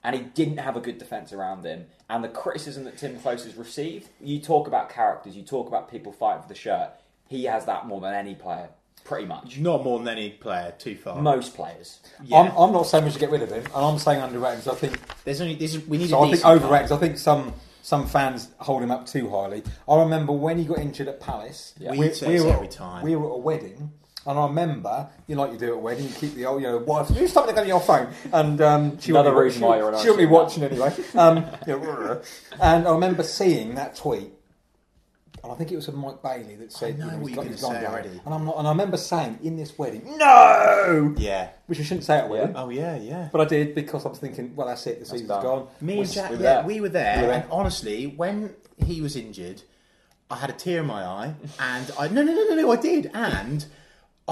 S1: and he didn't have a good defence around him. And the criticism that Tim Close has received, you talk about characters, you talk about people fighting for the shirt. He has that more than any player, pretty much.
S3: Not more than any player, too far.
S1: Most players.
S3: Yeah.
S2: I'm, I'm not saying we should get rid of him, and I'm saying underrated. 'cause I think
S3: There's only this is, we need.
S2: So
S3: a
S2: I think
S3: decent
S2: overrated. I think some some fans hold him up too highly. I remember when he got injured at Palace.
S1: Yeah.
S3: We say this
S2: were,
S3: every time.
S2: We were at a wedding, and I remember you know, like you do at a wedding, you keep the old you know wife. You stop looking at your phone, and um, she
S1: Another
S2: won't be-
S1: reason
S2: she-
S1: why you're an
S2: She'll be
S1: Arsenal
S2: watching anyway. Um, you know, and I remember seeing that tweet. and I think it was from Mike Bailey that said,
S3: know
S2: you know,
S3: what
S2: he's
S3: you're
S2: got
S3: gonna
S2: his gone
S3: say
S2: down.
S3: already.
S2: And I'm not, and I remember saying in this wedding, no,
S3: Yeah.
S2: which I shouldn't say at a wedding,
S3: Oh yeah, yeah.
S2: but I did because I was thinking, well, that's it, the season's
S1: done.
S2: gone.
S3: Me and
S1: Was-
S3: Jack,
S1: we were
S3: yeah,
S1: there.
S3: we were there.
S2: were there.
S3: And honestly, when he was injured, I had a tear in my eye, and I no, no, no, no, no, I did, and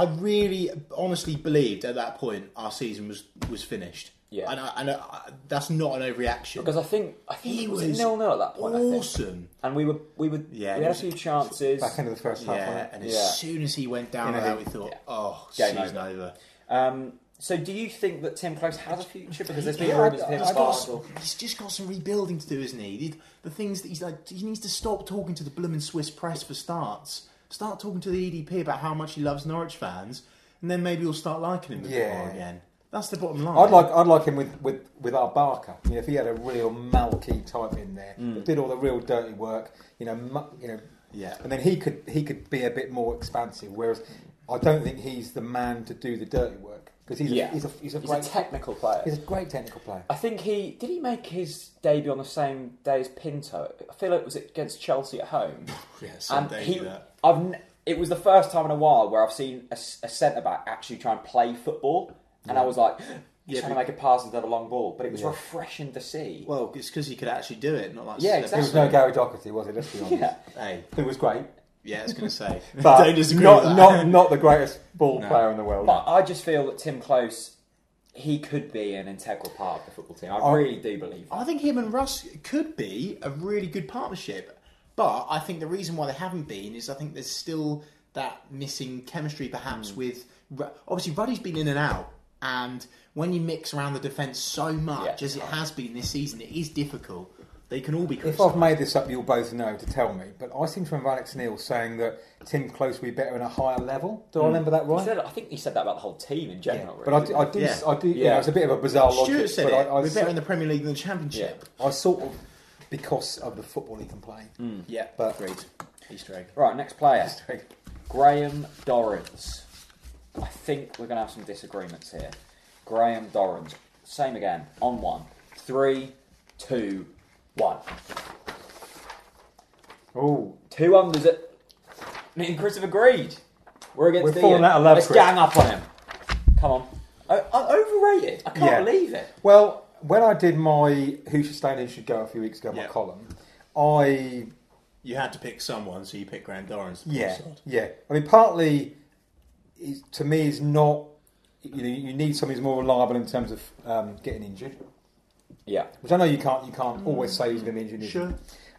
S3: I really, honestly believed at that point our season was was finished.
S1: Yeah.
S3: and, I, and I, that's not an overreaction.
S1: Because I think I think
S3: he
S1: it was nil nil at that point. I think.
S3: Awesome.
S1: And we were we were
S3: Yeah,
S1: we had
S3: it
S1: a
S3: was-
S1: few chances.
S2: Back end of the first half,
S3: Yeah,
S2: wasn't it?
S3: and as
S1: Yeah.
S3: soon as he went down,
S2: You
S3: like
S2: know,
S3: that, we thought,
S1: yeah.
S3: oh,
S1: Game
S3: season
S1: over.
S3: over.
S1: Um, so do you think that Tim Close has a future? Because there's been
S2: Yeah, I-
S1: rumours of him
S2: I-
S1: as
S2: I don't-
S1: Arsenal.
S3: He's just got some rebuilding to do, isn't he? The, the things that he's like, he needs to stop talking to the blooming Swiss press for starts. Start talking to the EDP about how much he loves Norwich fans, and then maybe we'll start liking him a bit
S2: Yeah.
S3: more again. That's the bottom line.
S2: I'd like, I'd like him with, with, with our Barker. You know, if he had a real Malky type in there, that did all the real dirty work, you know, mu- you know,
S3: Yeah.
S2: and then he could he could be a bit more expansive. Whereas I don't think he's the man to do the dirty work because he's,
S1: Yeah.
S2: a, he's a he's a
S1: He's
S2: great
S1: a technical player.
S2: he's a great technical player.
S1: I think he did. He make his debut on the same day as Pinto. I feel it was against Chelsea at home.
S3: Yeah, some days
S1: Um, he,
S3: do that.
S1: I've. n- It was the first time in a while where I've seen a, centre back actually try and play football, and I was like, he's
S3: Yeah,
S1: trying to
S3: but-
S1: make a pass instead of a long ball. But it was refreshing to see.
S3: Well, it's because he could actually do it, not like
S1: Yeah,
S2: There
S1: exactly.
S2: was no Gary Doherty, was it? Let's be honest.
S1: yeah,
S3: Hey,
S2: Who was great,
S3: yeah, I was going to say,
S2: but
S3: don't disagree.
S2: not
S3: with that.
S2: not not the greatest ball player in the world.
S1: but I just feel that Tim Close, he could be an integral part of the football team. I, really do believe. That.
S3: I think him and Russ could be a really good partnership, but I think the reason why they haven't been is I think there's still that missing chemistry,
S2: Hmm.
S3: perhaps with Ru- obviously Ruddy's been in and out, and when you mix around the defence so much
S1: Yeah.
S3: as it has been this season, it is difficult. They can all be
S2: If I've
S3: criticised.
S2: made this up, you'll both know to tell me. But I seem to remember Alex Neil saying that Tim Close would be better in a higher level. Do I remember that
S1: He
S2: right?
S1: said, I think he said that about the whole team in
S2: Yeah.
S1: general.
S2: But I
S1: really,
S2: do,
S1: didn't
S2: I
S1: he?
S2: do,
S3: Yeah.
S2: I do yeah.
S1: Yeah.
S2: it's a bit of a bizarre
S3: Stuart
S2: logic.
S3: said
S2: but
S3: it.
S2: I, I,
S3: We're
S2: sort-
S3: better in the Premier League than the Hmm. Championship.
S2: I sort of, because of the football he can play.
S3: Yeah,
S2: But-
S3: great. Easter egg.
S1: Right, next player. Graham Dorrans. I think we're going to have some disagreements here. Graham Dorrans. Same again. On one. Three, two, one.
S2: Oh,
S1: Two unders at. Me and Chris have agreed. We're against
S2: We're
S1: Ian.
S2: falling out of love,
S1: Let's
S2: Chris.
S1: gang up on him. Come on. O- o- overrated. I can't
S2: Yeah.
S1: believe it.
S2: Well, when I did my Who Should Stay and Who Should Go a few weeks ago, my
S3: Yeah.
S2: column, I
S3: You had to pick someone, so you picked Grant Dorans.
S2: Yeah, yeah. I mean, partly is- to me is not. You know, you need somebody who's more reliable in terms of um, getting injured,
S1: Yeah.
S2: which I know you can't. You can't always say he's going to be injured. is he?
S3: Mm. Sure.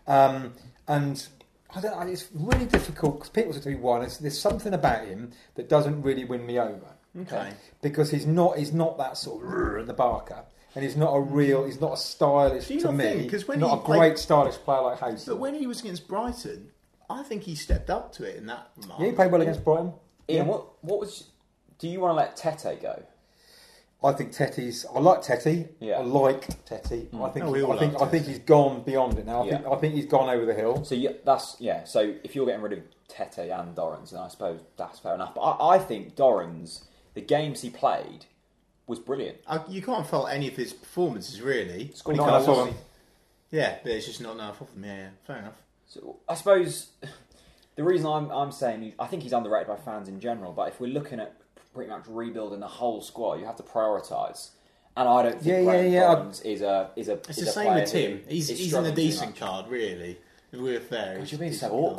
S2: Um, and I don't. know, It's really difficult because people say to me, "Why?" There's, there's something about him that doesn't really win me over
S3: Okay.
S2: because he's not. He's not that sort of "Rrr," the Barker. And he's
S3: Mm.
S2: not a real, he's not a stylish
S3: Do you
S2: to
S3: not
S2: me.
S3: think- 'cause when
S2: not
S3: he
S2: a
S3: played-
S2: great stylish player like Hayes.
S3: But when he was against Brighton, I think he stepped up to it in that remark.
S2: yeah, he played well against Brighton.
S1: Ian, what, what was. Do you want to let Tete go?
S2: I think Tetty's. I like Tetty.
S1: Yeah. Mm.
S2: I liked Tetty. I think.
S3: No, Oh, we all
S2: I think.
S3: like
S2: I think he's gone beyond it now. I think.
S1: Yeah.
S2: I think he's gone over the hill.
S1: So yeah, that's yeah. So if you're getting rid of Tete and Dorans, then I suppose that's fair enough. But I, I think Dorans, the games he played, was brilliant.
S3: I, you can't fault any of his performances, really.
S1: Scored
S2: Not
S1: goals.
S2: enough of 'em.
S3: Yeah, but it's just not enough of them. Yeah, yeah. fair enough.
S1: So I suppose the reason I'm I'm saying he, I think he's underrated by fans in general. But if we're looking at pretty much rebuilding the whole squad, you have to prioritise. And I don't think
S2: Yeah,
S1: yeah,
S2: yeah, yeah.
S1: Dorans is a is a.
S3: It's
S1: is
S3: the
S1: a
S3: same
S1: player
S3: with
S1: who
S3: Tim. He's,
S1: is
S3: he's in the
S1: struggling too
S3: decent
S1: much.
S3: card, really. If we're fair.
S1: God,
S3: he's
S1: you're
S3: a
S1: being so
S3: decent
S1: awkward.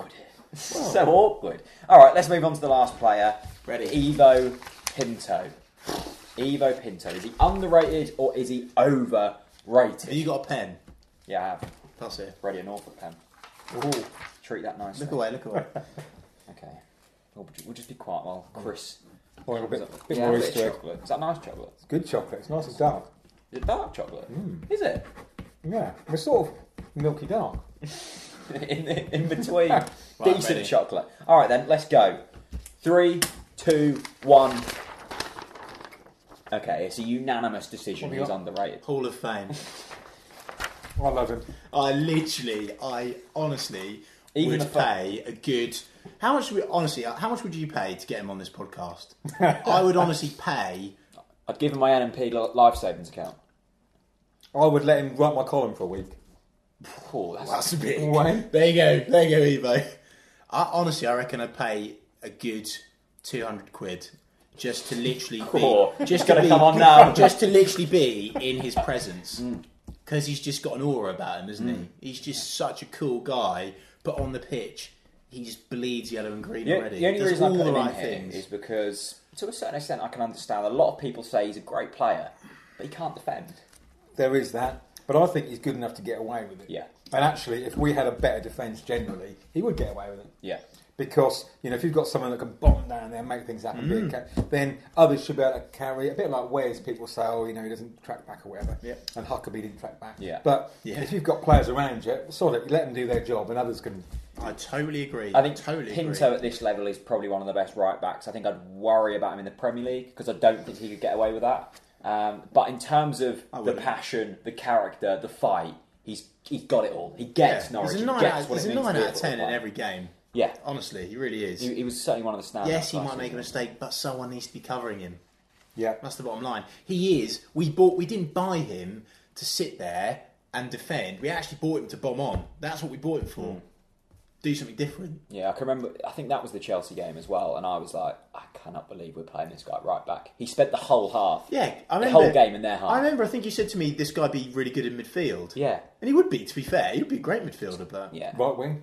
S3: card.
S1: so awkward. All right, let's move on to the last player.
S3: Ready.
S1: Evo Pinto. Evo Pinto. Is he underrated or is he overrated?
S3: Have you got a pen?
S1: Yeah, I have.
S3: That's it.
S1: Ready an Norfolk pen.
S2: Ooh.
S1: Treat that nicely.
S3: Look away, look away.
S1: Okay. We'll, we'll just be quiet while Chris.
S2: Well, Oh, a bit, bit
S1: Yeah,
S2: more
S1: a bit of
S2: Easter egg.
S1: chocolate. Is that nice chocolate?
S2: It's Good chocolate. It's nice and dark.
S1: Is it dark chocolate? Is it?
S2: Yeah. We're sort of milky dark.
S1: in, in between.
S3: I'm
S1: Decent
S3: ready.
S1: chocolate. All right, then, let's go. Three, two, one. Okay, it's a unanimous decision.
S2: What have
S1: He's
S2: you
S1: underrated.
S3: Hall of Fame.
S2: I love him.
S3: I literally, I honestly
S1: Even
S3: would
S1: the fu-
S3: pay a good. How much would honestly? How much would you pay to get him on this podcast? I would honestly pay.
S1: I'd give him my NMP li- life savings account.
S2: I would let him write my column for a week.
S1: Cool. That's,
S3: That's a bit.
S2: Wayne?
S3: There you go. There you go, Evo. I honestly, I reckon I'd pay a good two hundred quid just to literally be,
S1: Cool.
S3: just
S1: Gotta
S3: to be,
S1: come on now.
S3: just to literally be in his presence because he's just got an aura about him, isn't he? He's just such a cool guy, but on the pitch, he just bleeds yellow and green
S1: The,
S3: already.
S1: the only
S3: Does
S1: reason I
S3: all
S1: put
S3: the
S1: him in
S3: right
S1: here
S3: things.
S1: is because, to a certain extent, I can understand. A lot of people say he's a great player, but he can't defend.
S2: There is that, but I think he's good enough to get away with it.
S1: Yeah.
S2: And actually, if we had a better defence generally, he would get away with it.
S1: Yeah.
S2: Because you know, if you've got someone that can bomb down there and make things happen, be a ca- then others should be able to carry. A bit like Wes, people say, "Oh, you know, he doesn't track back or whatever,"
S3: Yeah.
S2: and Huckabee didn't track back.
S1: Yeah.
S2: But
S3: Yeah.
S2: if you've got players around you, sort of let them do their job, and others can.
S3: I totally agree.
S1: I think
S3: totally
S1: Pinto
S3: agree.
S1: at this level is probably one of the best right backs. I think I'd worry about him in the Premier League because I don't think he could get away with that. Um, but in terms of the
S3: wouldn't.
S1: passion, the character, the fight, he's he's got it all. He gets Norwich.
S3: he's
S1: he
S3: a nine,
S1: gets
S3: out,
S1: what
S3: he's
S1: it
S3: a
S1: means
S3: nine
S1: to be a
S3: out of
S1: football
S3: ten in
S1: player.
S3: every game.
S1: Yeah,
S3: Honestly, he really is.
S1: he, he was certainly one of the standouts.
S3: yes, he
S1: last
S3: might make
S1: season.
S3: a mistake, but someone needs to be covering him.
S2: Yeah.
S3: That's the bottom line. He is. We bought. We didn't buy him to sit there and defend. We actually bought him to bomb on. That's what we bought him for. Do something different.
S1: Yeah, I can remember. I think that was the Chelsea game as well, and I was like, I cannot believe we're playing this guy right back. He spent the whole half.
S3: Yeah, I
S1: the
S3: remember
S1: whole game in their half.
S3: I remember. I think you said to me, "This guy be really good in midfield."
S1: Yeah.
S3: and he would be. To be fair, he'd be a great midfielder. But
S1: yeah,
S2: Right wing.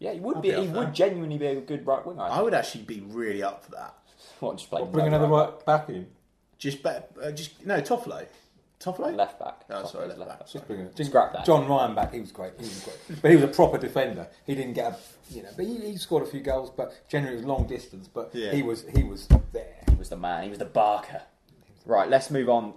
S1: yeah, he would
S3: I'd
S1: be.
S3: be up
S1: he
S3: for
S1: would
S3: that.
S1: genuinely be a good right winger. I
S3: I
S1: think.
S3: would actually be really up for that.
S1: What, just play
S2: Bring
S1: no
S2: another right back in.
S3: Just, be, uh, just no Toffolo. Toffolo.
S1: left back.
S3: Oh,
S1: Top
S3: sorry,
S1: is
S3: left back.
S2: Just bring it.
S1: Scrap that.
S2: John Ryan back. He was great. He was great, but he was a proper defender. He didn't get a, you know, but he, he scored a few goals. But generally, it was long distance. But
S3: Yeah.
S2: he was he was there.
S1: He was the man. He was the Barker. Right, let's move on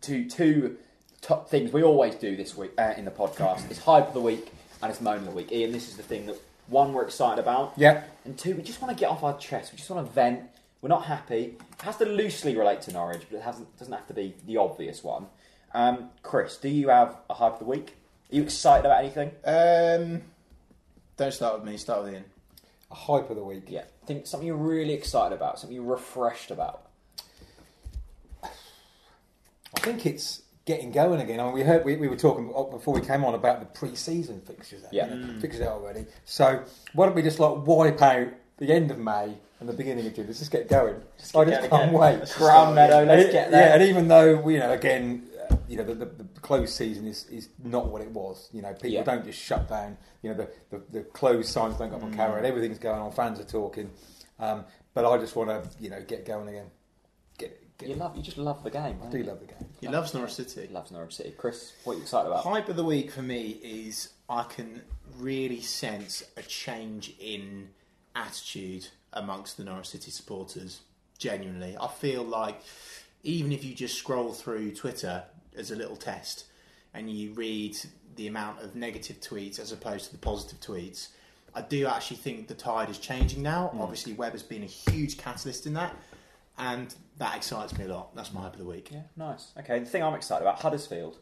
S1: to two top things we always do this week uh, in the podcast. It's hype of the week and it's moan of the week. Ian, this is the thing that one we're excited about.
S2: Yep.
S1: And two, we just want to get off our chest. We just want to vent. We're not happy. It has to loosely relate to Norwich, but it hasn't, doesn't have to be the obvious one. Um, Chris, do you have a hype of the week? Are you excited about anything?
S3: Um, don't start with me. Start with Ian.
S2: A hype of the week.
S1: Yeah. Think something you're really excited about, something you're refreshed about.
S2: I think it's getting going again. I mean, we heard we, we were talking oh, before we came on about the pre-season fixtures. That,
S1: Yeah.
S2: you know, fixtures out already. So why don't we just like wipe out the end of May and the beginning of June? Let's just get going. I just
S1: going
S2: can't
S1: again.
S2: wait.
S1: Let's Crown Meadow,
S2: And
S1: let's
S2: it-
S1: get
S2: Yeah,
S1: there.
S2: and even though we- you know, again, uh, you know, the, the, the closed season is, is not what it was. You know, people
S1: Yeah.
S2: don't just shut down. You know, the, the, the closed signs don't go up on carrot. Everything's going on. Fans are talking. Um, but I just want to, you know, get going again. Get, get,
S1: You love, you just love the game.
S2: I
S1: don't
S2: do
S1: you?
S2: love the game.
S3: He loves Norwich City.
S1: loves Norwich City. Chris, what are you excited about?
S3: Hype of the week for me is I can really sense a change in attitude amongst the Norwich City supporters. Genuinely, I feel like even if you just scroll through Twitter as a little test and you read the amount of negative tweets as opposed to the positive tweets, I do actually think the tide is changing now.
S1: Hmm.
S3: Obviously, Webber's been a huge catalyst in that, and that excites me a lot. That's my hype of the week.
S1: Yeah, nice. Okay, the thing I'm excited about Huddersfield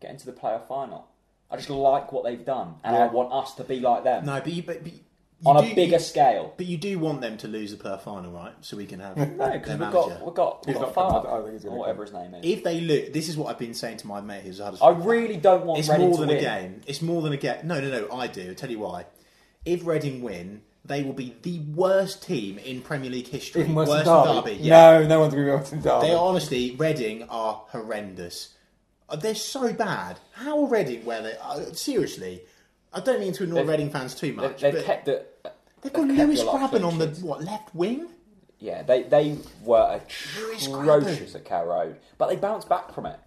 S1: getting to the playoff final. I just like what they've done, and I
S2: Yeah.
S1: want us to be like them
S3: No, but you, but, but you
S1: on
S3: do-
S1: a bigger
S3: you-
S1: scale.
S3: But you do want them to lose the per final, right? So we can have no,
S1: No, because we've got we've got we've
S2: He's
S1: got
S2: not coming. I
S1: Farke,
S2: don't think he's
S1: or
S2: gonna
S1: whatever his name is.
S3: If they lose, this is what I've been saying to my mate who's
S1: I
S3: a Huddersfield. fan.
S1: really don't want
S3: It's
S1: Reading
S3: more
S1: to
S3: than
S1: win.
S3: a game. It's more than a game. No, no, no. I do. I'll tell you why. If Reading win, they will be the worst team in Premier League history.
S2: Even worse, than
S3: than
S2: Derby.
S3: yeah.
S2: No, no one's going to be worse than Derby.
S3: They are, honestly, Reading are horrendous. Uh, They're so bad. How are Reading where they are? Seriously, I don't mean to annoy
S1: They've-
S3: Reading fans too
S1: They,
S3: much.
S1: they've
S3: but
S1: kept the.
S3: they've got
S1: they've kept
S3: Lewis
S1: a lot of
S3: Crabban on the
S1: clean sheets.
S3: what left wing.
S1: Yeah, they they were
S3: Lewis
S1: atrocious
S3: Crabban.
S1: at Carrow Road, but they bounced back from it.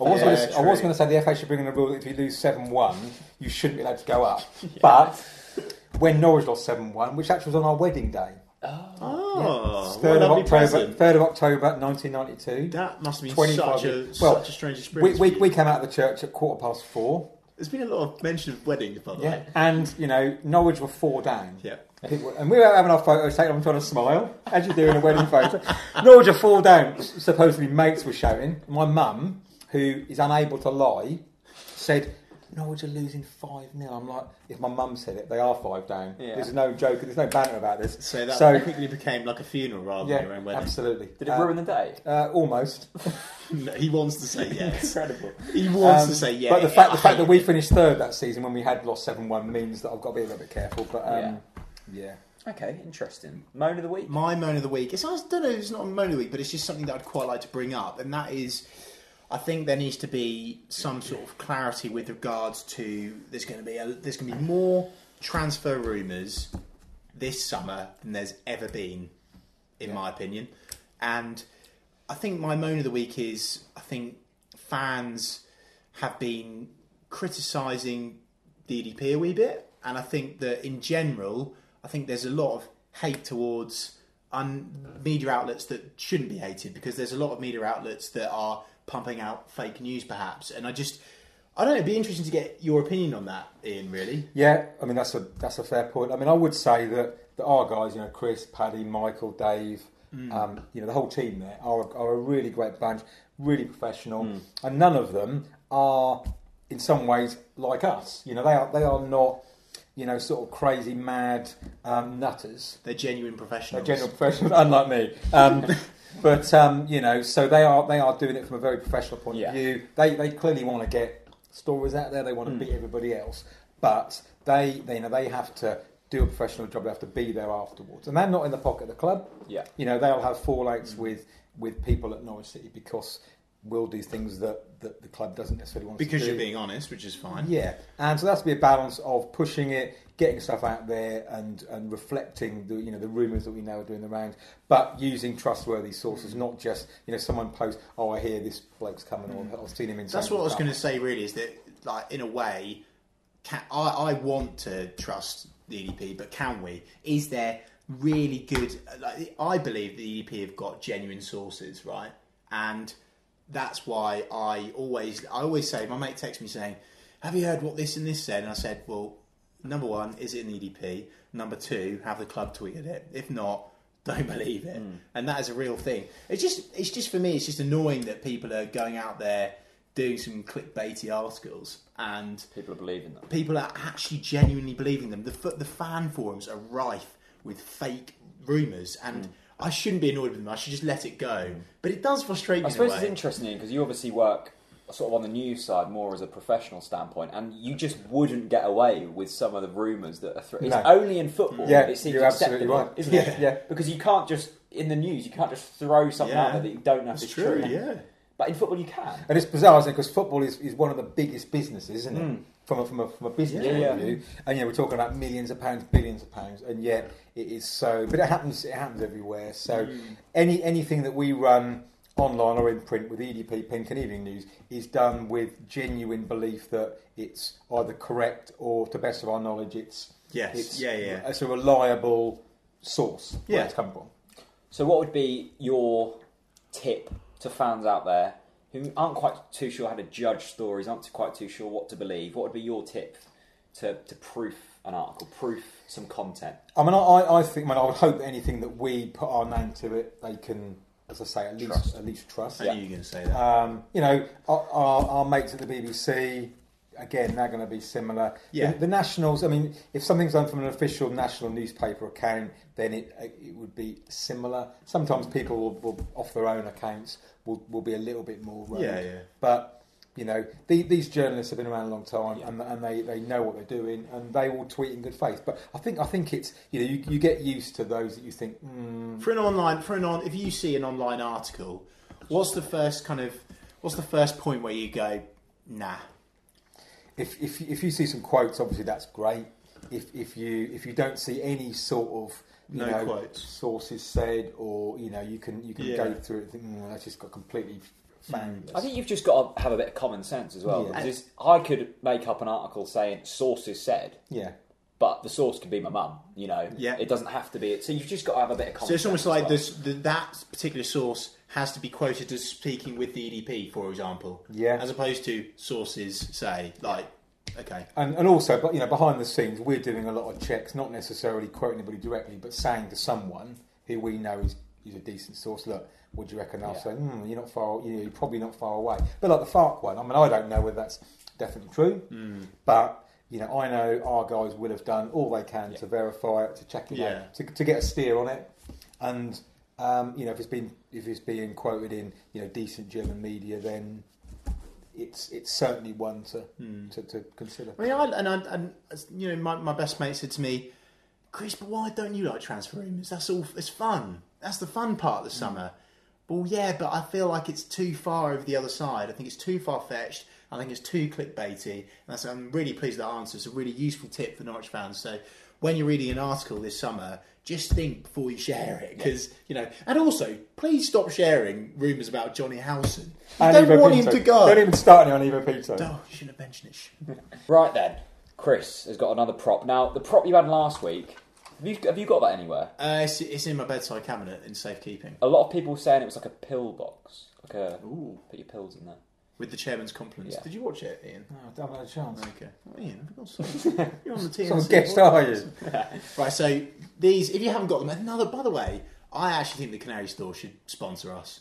S2: I was,
S3: Yeah,
S2: going to, I
S3: true.
S2: was going to say the FA should bring in a rule that if you lose 7 1, you shouldn't be allowed to go up. But when Norwich lost 7 1, which actually was on our wedding day,
S3: Oh, what a
S2: 3rd, of,
S3: lovely
S2: October,
S3: present.
S2: 3rd of October 1992.
S3: That must have been
S2: 25
S3: such a,
S2: years.
S3: such a strange
S2: we,
S3: experience.
S2: we,
S3: for you.
S2: we came out of the church at quarter past four.
S3: There's been a lot of mention of weddings, by the
S2: Yeah.
S3: way.
S2: And, you know, Norwich were four down.
S3: Yeah.
S2: People- and we were having our photos taken. I'm trying to smile, as you do in a wedding photo. Norwich are four down. S- Supposedly, mates were shouting. My mum, who is unable to lie, said, Norwich are losing 5 0. I'm like, if my mum said it, they are five down.
S1: Yeah.
S2: There's no joke, there's no banner about this.
S3: So that quickly became like a funeral rather than your
S2: yeah,
S3: own wedding.
S2: absolutely.
S1: Did it
S2: Uh,
S1: ruin the day?
S2: uh, almost.
S3: No, he wants to say yes.
S1: Incredible.
S3: He wants
S2: Um,
S3: to say yes.
S2: But the fact, the fact that we finished third that season when we had lost 7 1 means that I've got to be a little bit careful. But um,
S1: Yeah.
S2: yeah. Yeah.
S1: Okay, interesting. Moan of the week.
S3: My moan of the week. It's I don't know. It's not a moan of the week, but it's just something that I'd quite like to bring up, and that is, I think there needs to be some sort of clarity with regards to there's going to be a, there's going to be more transfer rumours this summer than there's ever been, in my opinion, and I think my moan of the week is I think fans have been criticising DDP a wee bit, and I think that in general, I think there's a lot of hate towards un- media outlets that shouldn't be hated because there's a lot of media outlets that are pumping out fake news, perhaps. And I just, I don't know, it'd be interesting to get your opinion on that, Ian. Really,
S2: Yeah, I mean that's a that's a fair point. I mean, I would say that, that our guys, you know, Chris, Paddy, Michael, Dave,
S3: Mm.
S2: um, you know, the whole team there are are a really great bunch, really professional,
S3: Mm.
S2: and none of them are in some ways like us. You know, they are they are not, you know, sort of crazy mad um, nutters.
S3: they're genuine professionals.
S2: They're general professionals, unlike me. Um, but um, you know, so they are they are doing it from a very professional point
S1: Yeah.
S2: of view. They they clearly want to get stories out there. They
S1: Hmm.
S2: want to beat everybody else, but they they you know they have to do a professional job. They have to be there afterwards, and they're not in the pocket of the club.
S1: Yeah. Hmm.
S2: you know they'll have fallouts with with people at Norwich City because we'll do things that, that the club doesn't necessarily want
S3: because
S2: to do.
S3: you're being honest, which is fine.
S2: Yeah, and so that's to be a balance of pushing it, getting stuff out there, and and reflecting the you know the rumours that we know are doing the round, but using trustworthy
S3: Mm.
S2: sources, not just you know someone posts, oh I hear this bloke's coming, or I've seen him in.
S3: That's what I was going to say. Really, is that like in a way, can, I, I want to trust the EDP, but can we? Is there really good? Like, I believe the EDP have got genuine sources, right? And that's why I always, I always say, my mate texts me saying, "Have you heard what this and this said?" And I said, "Well, number one, is it an EDP? Number two, have the club tweeted it? If not." Don't believe it, and that is a real thing. It's just, it's just for me. It's just annoying that people are going out there doing some clickbaity articles, and
S1: People are believing that.
S3: people are actually genuinely believing them. The f- the fan forums are rife with fake rumours, and I shouldn't be annoyed with them. I should just let it go. But it does frustrate
S1: I
S3: me.
S1: suppose
S3: in a
S1: it's
S3: way.
S1: interesting because you obviously work sort of on the news side more as a professional standpoint, and you just wouldn't get away with some of the rumours that are through. It's
S2: No.
S1: only in football.
S2: Yeah,
S1: that it seems
S2: you're absolutely
S1: acceptable,
S2: right.
S1: isn't
S2: Yeah.
S1: it?
S2: Yeah.
S1: because you can't just in the news you can't just throw something
S3: Yeah.
S1: out there that you don't know if
S3: It's
S1: it's
S3: true, yeah.
S1: But in football, you can.
S2: And it's bizarre, isn't it? Because football is, is one of the biggest businesses, isn't
S3: Hmm.
S2: it? From, a, from, a, from a business
S1: Yeah,
S2: point of
S1: yeah.
S2: view. And yeah, we're talking about millions of pounds, billions of pounds, and yet it is so. But it happens. It happens everywhere. So
S3: Hmm.
S2: any anything that we run online or in print with E EDP, Pink, and Evening News is done with genuine belief that it's either correct or, to the best of our knowledge, it's
S3: Yes.
S2: it's,
S3: Yeah, yeah.
S2: it's a reliable source where
S3: Yeah.
S2: it's come from.
S1: So, what would be your tip to fans out there who aren't quite too sure how to judge stories, aren't quite too sure what to believe? What would be your tip to, to proof an article, proof some content?
S2: I mean, I- I, I think, I mean, I would hope that anything that we put our name to it, they can, as I say, at least
S1: Trust.
S2: at least trust.
S3: I knew you were going to say that.
S2: Um, you know, our, our, our mates at the BBC, again, they're going to be similar.
S3: Yeah.
S2: The, the nationals. I mean, if something's done from an official national newspaper account, then it it would be similar. Sometimes people will, will off their own accounts will will be a little bit more. Rogue.
S3: Yeah, yeah.
S2: But you know, the, these journalists have been around a long time,
S1: Yeah.
S2: and, and they, they know what they're doing, and they will tweet in good faith. But I think I think it's you know you, you get used to those that you think. Mm,
S3: for an online for an on if you see an online article what's the first kind of what's the first point where you go nah
S2: if, if, if you see some quotes, obviously that's great. If, if you if you don't see any sort of you
S3: No
S2: know,
S3: quotes.
S2: sources said, or you know you can you can
S3: Yeah. Hmm.
S2: go through it. And think, mm, that's just got completely fanged.
S1: I think you've just got to have a bit of common sense as well.
S2: Yeah.
S1: Because it's- I could make up an article saying sources said,
S2: yeah.
S1: but the source could be my mum. You know,
S3: Yeah.
S1: it doesn't have to be. So you've just got to have a bit of common.
S3: so it's almost
S1: sense as
S3: like
S1: well.
S3: this the, that particular source has to be quoted as speaking with the edp for example
S2: Yeah.
S3: as opposed to sources say like okay
S2: And, and also, but you know, behind the scenes, we're doing a lot of checks, not necessarily quoting anybody directly, but saying to someone who we know is, is a decent source, look, what do you reckon? I'll
S1: Yeah.
S2: say, mm, you're not far, you know, you're probably not far away. But like the Fark one, I mean, I don't know whether that's definitely true, but you know, I know our guys will have done all they can to verify it, to check it
S3: Yeah.
S2: out, to, to get a steer on it, and um, you know, if it's been if it's being quoted in you know decent German media, then. It's it's certainly one to to, to consider.
S3: I mean, I, and, I, and you know, my, my best mate said to me, Chris, but why don't you like transfer rumours? That's all. It's fun. That's the fun part
S2: Mm.
S3: of the summer. Well, yeah, but I feel like it's too far over the other side. I think it's too far fetched. I think it's too clickbaity. And that's, I'm really pleased that answer. It's a really useful tip for Norwich fans. So when you're reading an article this summer, just think before you share it, because you know. And also, please stop sharing rumours about Johnny Howson. You
S2: And
S3: don't
S2: Ivo
S3: want him
S2: Pinto.
S3: to go.
S2: Don't even start on Evo Pito.
S3: Oh, you shouldn't have mentioned it. shouldn't have.
S1: Right then, Chris has got another prop. Now, the prop you had last week, have you, have you got that anywhere?
S3: Uh, it's, it's in my bedside cabinet in safekeeping
S1: A lot of people were saying it was like a pill box, like a
S3: Ooh.
S1: put your pills in there.
S3: with the chairman's compliments.
S1: Yeah.
S3: Did you watch it, Ian?
S2: No, I don't have a chance.
S3: Okay. Oh, Ian, I've got some. You're on the TNC.
S2: Sort of guest are you?
S3: Right, so these, if you haven't got them, another, by the way, I actually think the Canary Store should sponsor us.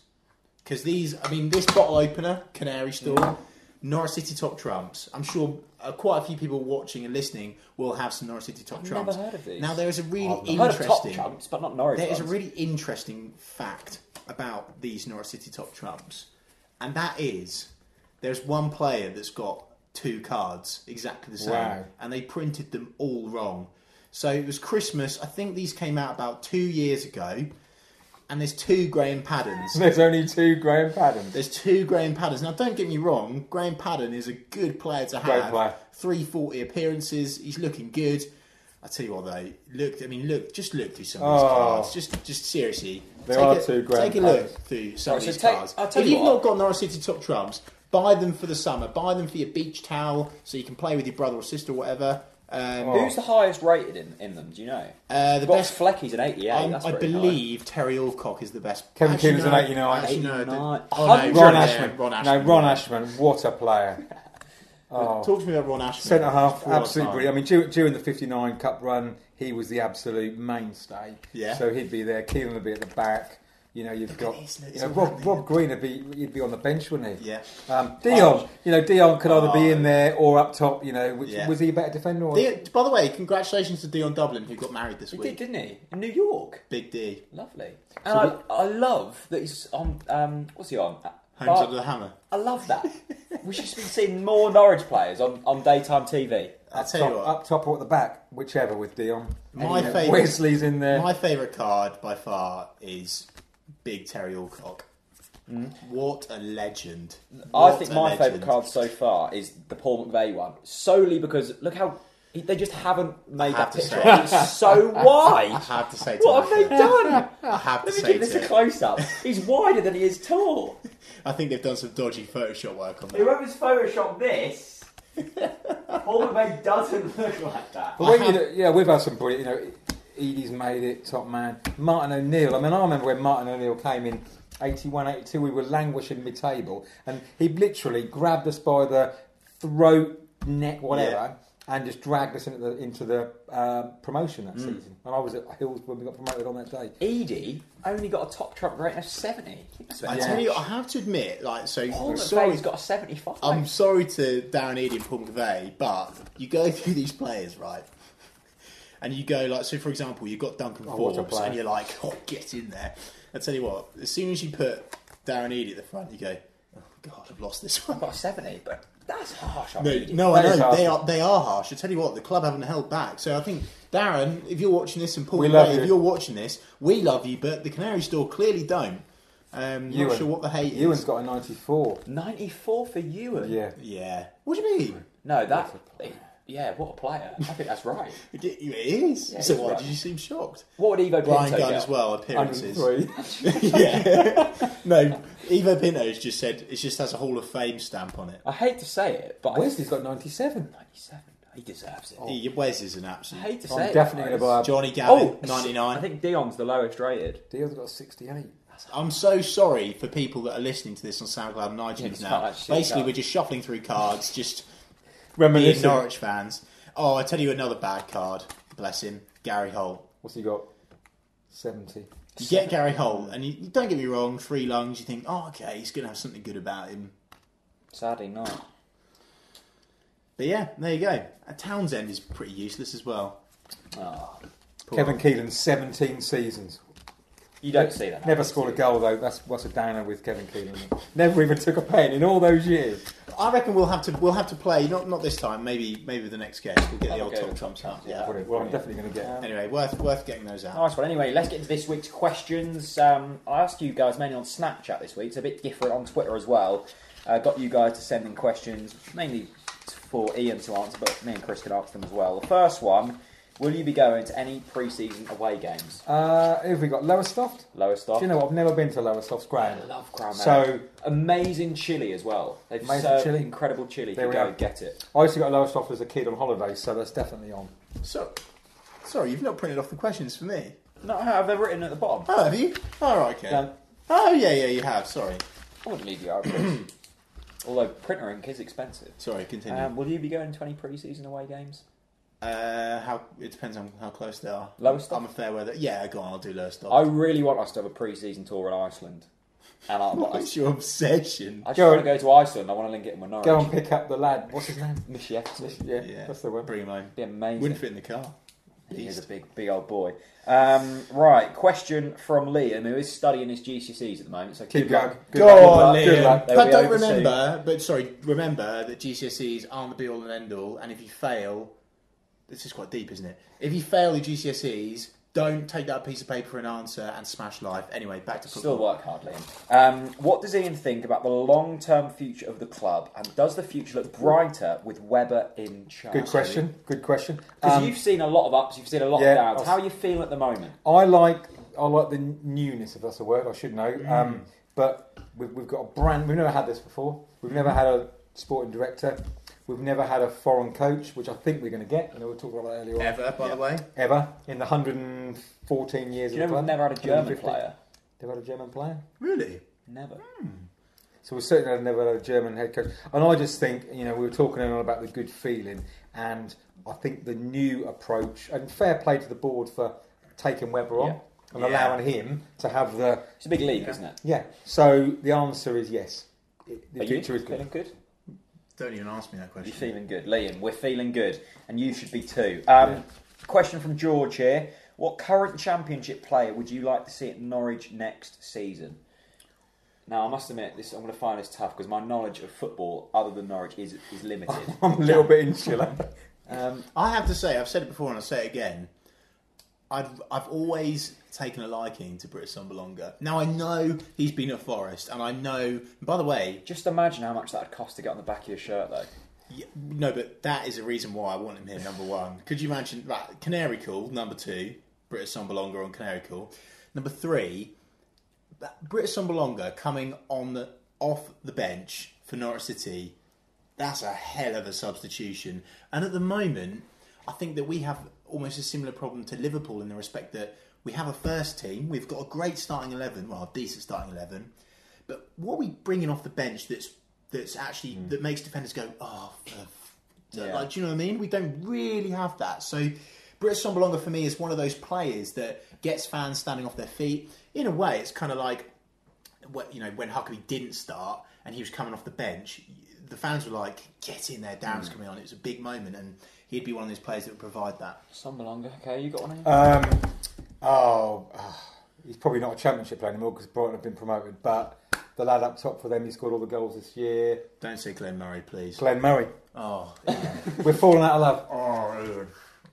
S3: Because these, I mean, this bottle opener, Canary Store,
S1: Mm.
S3: Norwich City Top Trumps. I'm sure uh, quite a few people watching and listening will have some Norwich City Top
S1: I've never
S3: Trumps.
S1: heard of these.
S3: Now, there is a really
S1: I've
S3: interesting.
S1: heard of top trumps, but not Norwich.
S3: There is a
S1: ones.
S3: really interesting fact about these Norwich City top trumps, and that is there's one player that's got two cards exactly the same,
S2: Wow.
S3: and they printed them all wrong. So it was Christmas. I think these came out about two years ago, and there's two Graham Paddens.
S2: There's only two Graham Paddens.
S3: There's two Graham Paddens. Now, don't get me wrong, Graham Padden is a good player to have.
S2: Great player.
S3: 340 appearances. He's looking good. I tell you what, though, look. I mean, look. Just look through some of these
S2: Oh.
S3: cards. Just, just seriously.
S2: There
S3: take
S2: are
S3: a,
S2: two Graham
S3: Take a look
S2: Paddens.
S3: through some
S1: Right,
S3: of
S1: so
S3: these
S1: take-
S3: cards.
S1: I'll tell
S3: if
S1: you
S3: you've
S1: what.
S3: not got Norwich City top trumps, buy them for the summer. Buy them for your beach towel, so you can play with your brother or sister or whatever. Um,
S2: Oh.
S1: Who's the highest rated in, in them? Do you know?
S3: uh, the
S1: Got
S3: best.
S1: Flecky's an 88.
S3: um,
S1: that's
S3: I
S1: pretty high.
S3: believe Terry Alcock is the best.
S2: Kevin
S3: Actually,
S2: Keelan's an
S3: no.
S2: 89.
S3: Actually, no, the-
S1: 89.
S3: oh, no,
S2: Ron
S3: yeah,
S2: Ashman.
S3: Ron
S2: No, Ron
S3: yeah.
S2: Ashman. What a player.
S3: Talk to me about Ron Ashman.
S2: Centre half,
S3: Before I
S2: absolutely
S3: sign.
S2: brilliant. I mean, during, during the 59 Cup run, he was the absolute mainstay.
S3: Yeah.
S2: So he'd be there, Keelan would be at the back. You know, you've
S3: at
S2: got
S3: this, look,
S2: you
S3: it's
S2: know,
S3: all
S2: Rob,
S3: happening.
S2: Rob Green would be he'd be on the bench, wouldn't he?
S3: Yeah.
S2: Um, Dion, you know, Dion could either be
S3: Oh.
S2: in there or up top. You know, which,
S3: Yeah.
S2: was he a better defender? Or
S3: Dion- by the way, congratulations to Dion Dublin who got married this
S1: He did,
S3: week.
S1: didn't he? In New York.
S3: Big D.
S1: Lovely. And I, I love that he's on. Um, what's he on?
S3: Homes
S1: Bar-
S3: under the hammer.
S1: I love that. we should be seeing more Norwich players on, on daytime TV.
S3: I'll tell
S2: top,
S3: you what.
S1: Uh,
S2: up top or at the back, whichever with Dion.
S3: My
S2: You know,
S3: favourite-
S2: Wesley's in there.
S3: My favourite card by far is Big Terry Alcock. What a legend.
S1: Mm. I
S3: What
S1: think
S3: a
S1: my
S3: legend.
S1: favourite card so far is the Paul McVeigh one, solely because look how he, they just haven't made
S3: have
S1: that
S3: to
S1: picture.
S3: say.
S1: It's so
S3: I
S1: wide.
S3: have to say to
S1: What have they
S3: Alcock,
S1: done?
S3: I have to
S1: Let me
S3: say
S1: give this
S3: to
S1: a
S3: it.
S1: close up. He's wider than he is tall.
S3: I think they've done some dodgy Photoshop work on that.
S1: Whoever's photoshopped this, Paul McVeigh doesn't look like that.
S2: But when you look- yeah, we've had some brilliant. You know, Edie's made it, top man. Martin O'Neill. I mean, I remember when Martin O'Neill came in. 81, 82, we were languishing mid-table, and he literally grabbed us by the throat, neck, whatever, and just dragged us into the, into the uh, promotion that
S3: Mm.
S2: season. And I was at Hills when we got promoted on that day.
S1: Edie only got a top trump rating of 70.
S3: I tell you, I have to admit, like, so
S1: Paul
S3: sorry,
S1: McVeigh's got a 75.
S3: I'm sorry to Darren Eady and Paul McVeigh, but you go through these players, right? And you go like, so for example, you've got Duncan
S2: Oh, what a
S3: Forbes,
S2: player.
S3: and you're like, oh, get in there. I tell you what, as soon as you put Darren Eady at the front, you go, oh god, I've lost this one.
S1: got a 70, but that's harsh on
S3: No,
S1: Edie.
S3: no, I
S2: That is
S3: know they
S2: harsh.
S3: are they are harsh. I tell you what, the club haven't held back. So I think Darren, if you're watching this, and Paul
S2: We
S3: McVeigh,
S2: love
S3: if
S2: you.
S3: you're watching this, we love you, but the Canary Store clearly don't. Um, not
S2: Ewan.
S3: sure what the hate
S2: Ewan's
S3: is.
S2: got a 94.
S1: 94 for Ewan.
S2: Yeah.
S3: Yeah, what do you mean?
S1: No, that. Yeah, what a player. I think that's right.
S3: It is.
S1: Yeah,
S3: so
S1: it's
S3: why
S1: right.
S3: did you seem shocked?
S1: What would Evo
S3: Brian
S1: Pinto
S3: Gunn
S1: get?
S3: as well appearances.
S2: 103.
S3: yeah. no, Evo Pinto's just said it just has a Hall of Fame stamp on it.
S1: I hate to say it, but
S2: Wesley's got 97.
S1: I, 97. He deserves it.
S3: He- Wes is an
S1: I
S3: absolute
S1: hate to say
S2: I'm
S1: it.
S2: definitely going to buy.
S3: Johnny Gavin,
S1: Oh,
S3: ninety
S1: I
S3: nine.
S1: think Dion's the lowest rated.
S2: Dion's got 68.
S3: I'm so sorry for people that are listening to this on SoundCloud and iTunes
S1: it's not
S3: now.
S1: actually
S3: Basically,
S1: that.
S3: we're just shuffling through cards, just being
S2: Reminiscent.
S3: Norwich fans. Oh, I tell you another bad card. Bless him, Gary Holt.
S2: What's he got? 70.
S3: You get Gary Holt, and you, don't get me wrong, three lungs. You think, oh, okay, he's going to have something good about him.
S1: Sadly, not.
S3: But yeah, there you go. A Townsend is pretty useless as well.
S1: Oh.
S3: Poor
S2: Kevin Keelan, 17 seasons.
S1: You don't see that.
S2: Never scored a goal though. That's what's a downer with Kevin Keelan. Never even took a pen in all those years.
S3: I reckon we'll have to we'll have to play not not this time. Maybe maybe the next game we'll get the
S1: Have a
S3: old
S1: go
S3: Tom
S1: with
S3: Tom Tom.
S2: Yeah,
S3: Yeah.
S2: well, I'm definitely going to get.
S3: Anyway, worth worth getting those out.
S1: Nice one. Anyway, let's get into this week's questions. Um, I asked you guys mainly on Snapchat this week. It's a bit different on Twitter as well. Uh, got you guys to send in questions, mainly for Ian to answer, but me and Chris can answer them as well. The first one: Will you be going to any pre-season away games?
S2: Uh, who have we got? Lowestoft. Do
S1: Lowestoft.
S2: you know what? I've never been to Lowestoft's
S1: I
S2: ground.
S1: love Crown
S2: So-
S1: amazing chili as well. They've
S2: Amazing
S1: served
S2: chili.
S1: incredible chili.
S2: There
S1: There
S2: we
S1: you go,
S2: are.
S1: get it.
S2: I used to go to Lowestoft as a kid on holidays, so that's definitely on.
S3: So, sorry, you've not printed off the questions for me.
S1: No, I have they written at the bottom?
S3: Oh, have you? Oh, right, okay.
S1: No.
S3: Oh, yeah, yeah, you have. Sorry,
S1: I wouldn't leave you out. Chris. Although printer ink is expensive.
S3: sorry. Continue.
S1: Um, will you be going to any pre-season away games?
S3: uh, how it depends on how close they are.
S1: Lowestoft?
S3: I'm a fair weather. Yeah, go on. I'll do lowest
S1: I really want us to have a pre-season tour in Iceland, and I, I,
S3: What's your obsession?
S1: I just
S2: Go
S1: want
S2: on.
S1: to go to Iceland. I want to link it in my Norwich.
S2: Go and pick up the lad. What's his name?
S1: Michievski.
S2: Yeah,
S3: yeah,
S2: that's the one.
S3: Bring him home.
S1: Be amazing.
S3: Wouldn't fit in the car.
S1: He is a
S3: Beast.
S1: big, big old boy. Um, right, question from Liam, who is studying his GCSEs at the moment. So
S2: Keep
S1: good luck.
S2: going. Good
S3: Go
S2: luck, good luck,
S3: on, Liam.
S2: good luck.
S1: They'll
S3: But
S1: be
S3: don't
S1: over soon.
S3: remember. But sorry, remember that GCSEs aren't the be all and end all. And if you fail, this is quite deep, isn't it? If you fail your GCSEs, don't take that piece of paper for an answer and smash life. Anyway, back to
S1: Still
S3: football.
S1: work hard, Liam. Um, what does Ian think about the long-term future of the club, and does the future look brighter with Weber in charge?
S2: Good question. Good question.
S1: Because
S2: Um,
S1: you've seen a lot of ups, you've seen a lot
S2: yeah,
S1: of downs.
S2: I've-
S1: How are you feeling at the moment?
S2: I like I like the newness, if that's a word. I should know.
S1: Mm.
S2: Um, but we've, we've got a brand. We've never had this before. We've never had a sporting director. We've never had a foreign coach, which I think we're going to get. You know, we'll talk about that earlier on.
S3: Ever, by the way.
S2: Ever in the 114 years
S1: Do you
S2: of
S1: know
S2: the
S1: we've
S2: club,
S1: never had a German
S2: 115.
S1: player?
S2: Never had a German player.
S3: Really?
S1: Never.
S2: So we certainly have never had a German head coach. And I just think, you know, we were talking earlier on about the good feeling, and I think the new approach and fair play to the board for taking Weber on
S1: Yeah.
S2: and
S3: Yeah.
S2: allowing him to have the
S1: It's a big league, isn't it?
S2: yeah. So the answer is yes. It- The
S1: Are you
S2: future is
S1: feeling
S2: good.
S1: good?
S3: Don't even ask me that
S1: You're
S3: question.
S1: feeling good, Liam. We're feeling good, and you should be too. Um, Question from George here: What current Championship player would you like to see at Norwich next season? Now, I must admit, this I'm going to find this tough because my knowledge of football, other than Norwich, is is limited.
S2: I'm a little bit insular.
S1: um,
S3: I have to say, I've said it before and I'll say it again. I've I've always taken a liking to British Sambalonga. Now I know he's been at Forest, and I know. By the way,
S1: just imagine how much that would cost to get on the back of your shirt, though.
S3: y- no, but that is a reason why I want him here. Number one, could you imagine that Canary Call? Number two, British Sambalonga on Canary Call. Number three, that British Sambalonga coming on the off the bench for Norwich City. That's a hell of a substitution. And at the moment, I think that we have almost a similar problem to Liverpool in the respect that we have a first team, we've got a great starting eleven, well, a decent starting eleven, but what are we bringing off the bench that's that's actually that makes defenders go, oh, for f-
S1: Yeah.
S3: like, do you know what I mean? We don't really have that. So. British Sombolonga for me is one of those players that gets fans standing off their feet. In a way, it's kind of like what- you know when Huckabee didn't start and he was coming off the bench, the fans were like, "Get in there, Darren's coming on." It was a big moment, and he'd be one of those players that would provide that.
S1: Sombalonga, okay, you got one. in?
S2: Um, oh, ah, he's probably not a championship player anymore because Brighton have been promoted. But the lad up top for them, he scored all the goals this year.
S3: Don't say Glenn Murray, please.
S2: Glenn Murray.
S3: Oh,
S2: We're falling out of love.
S3: oh,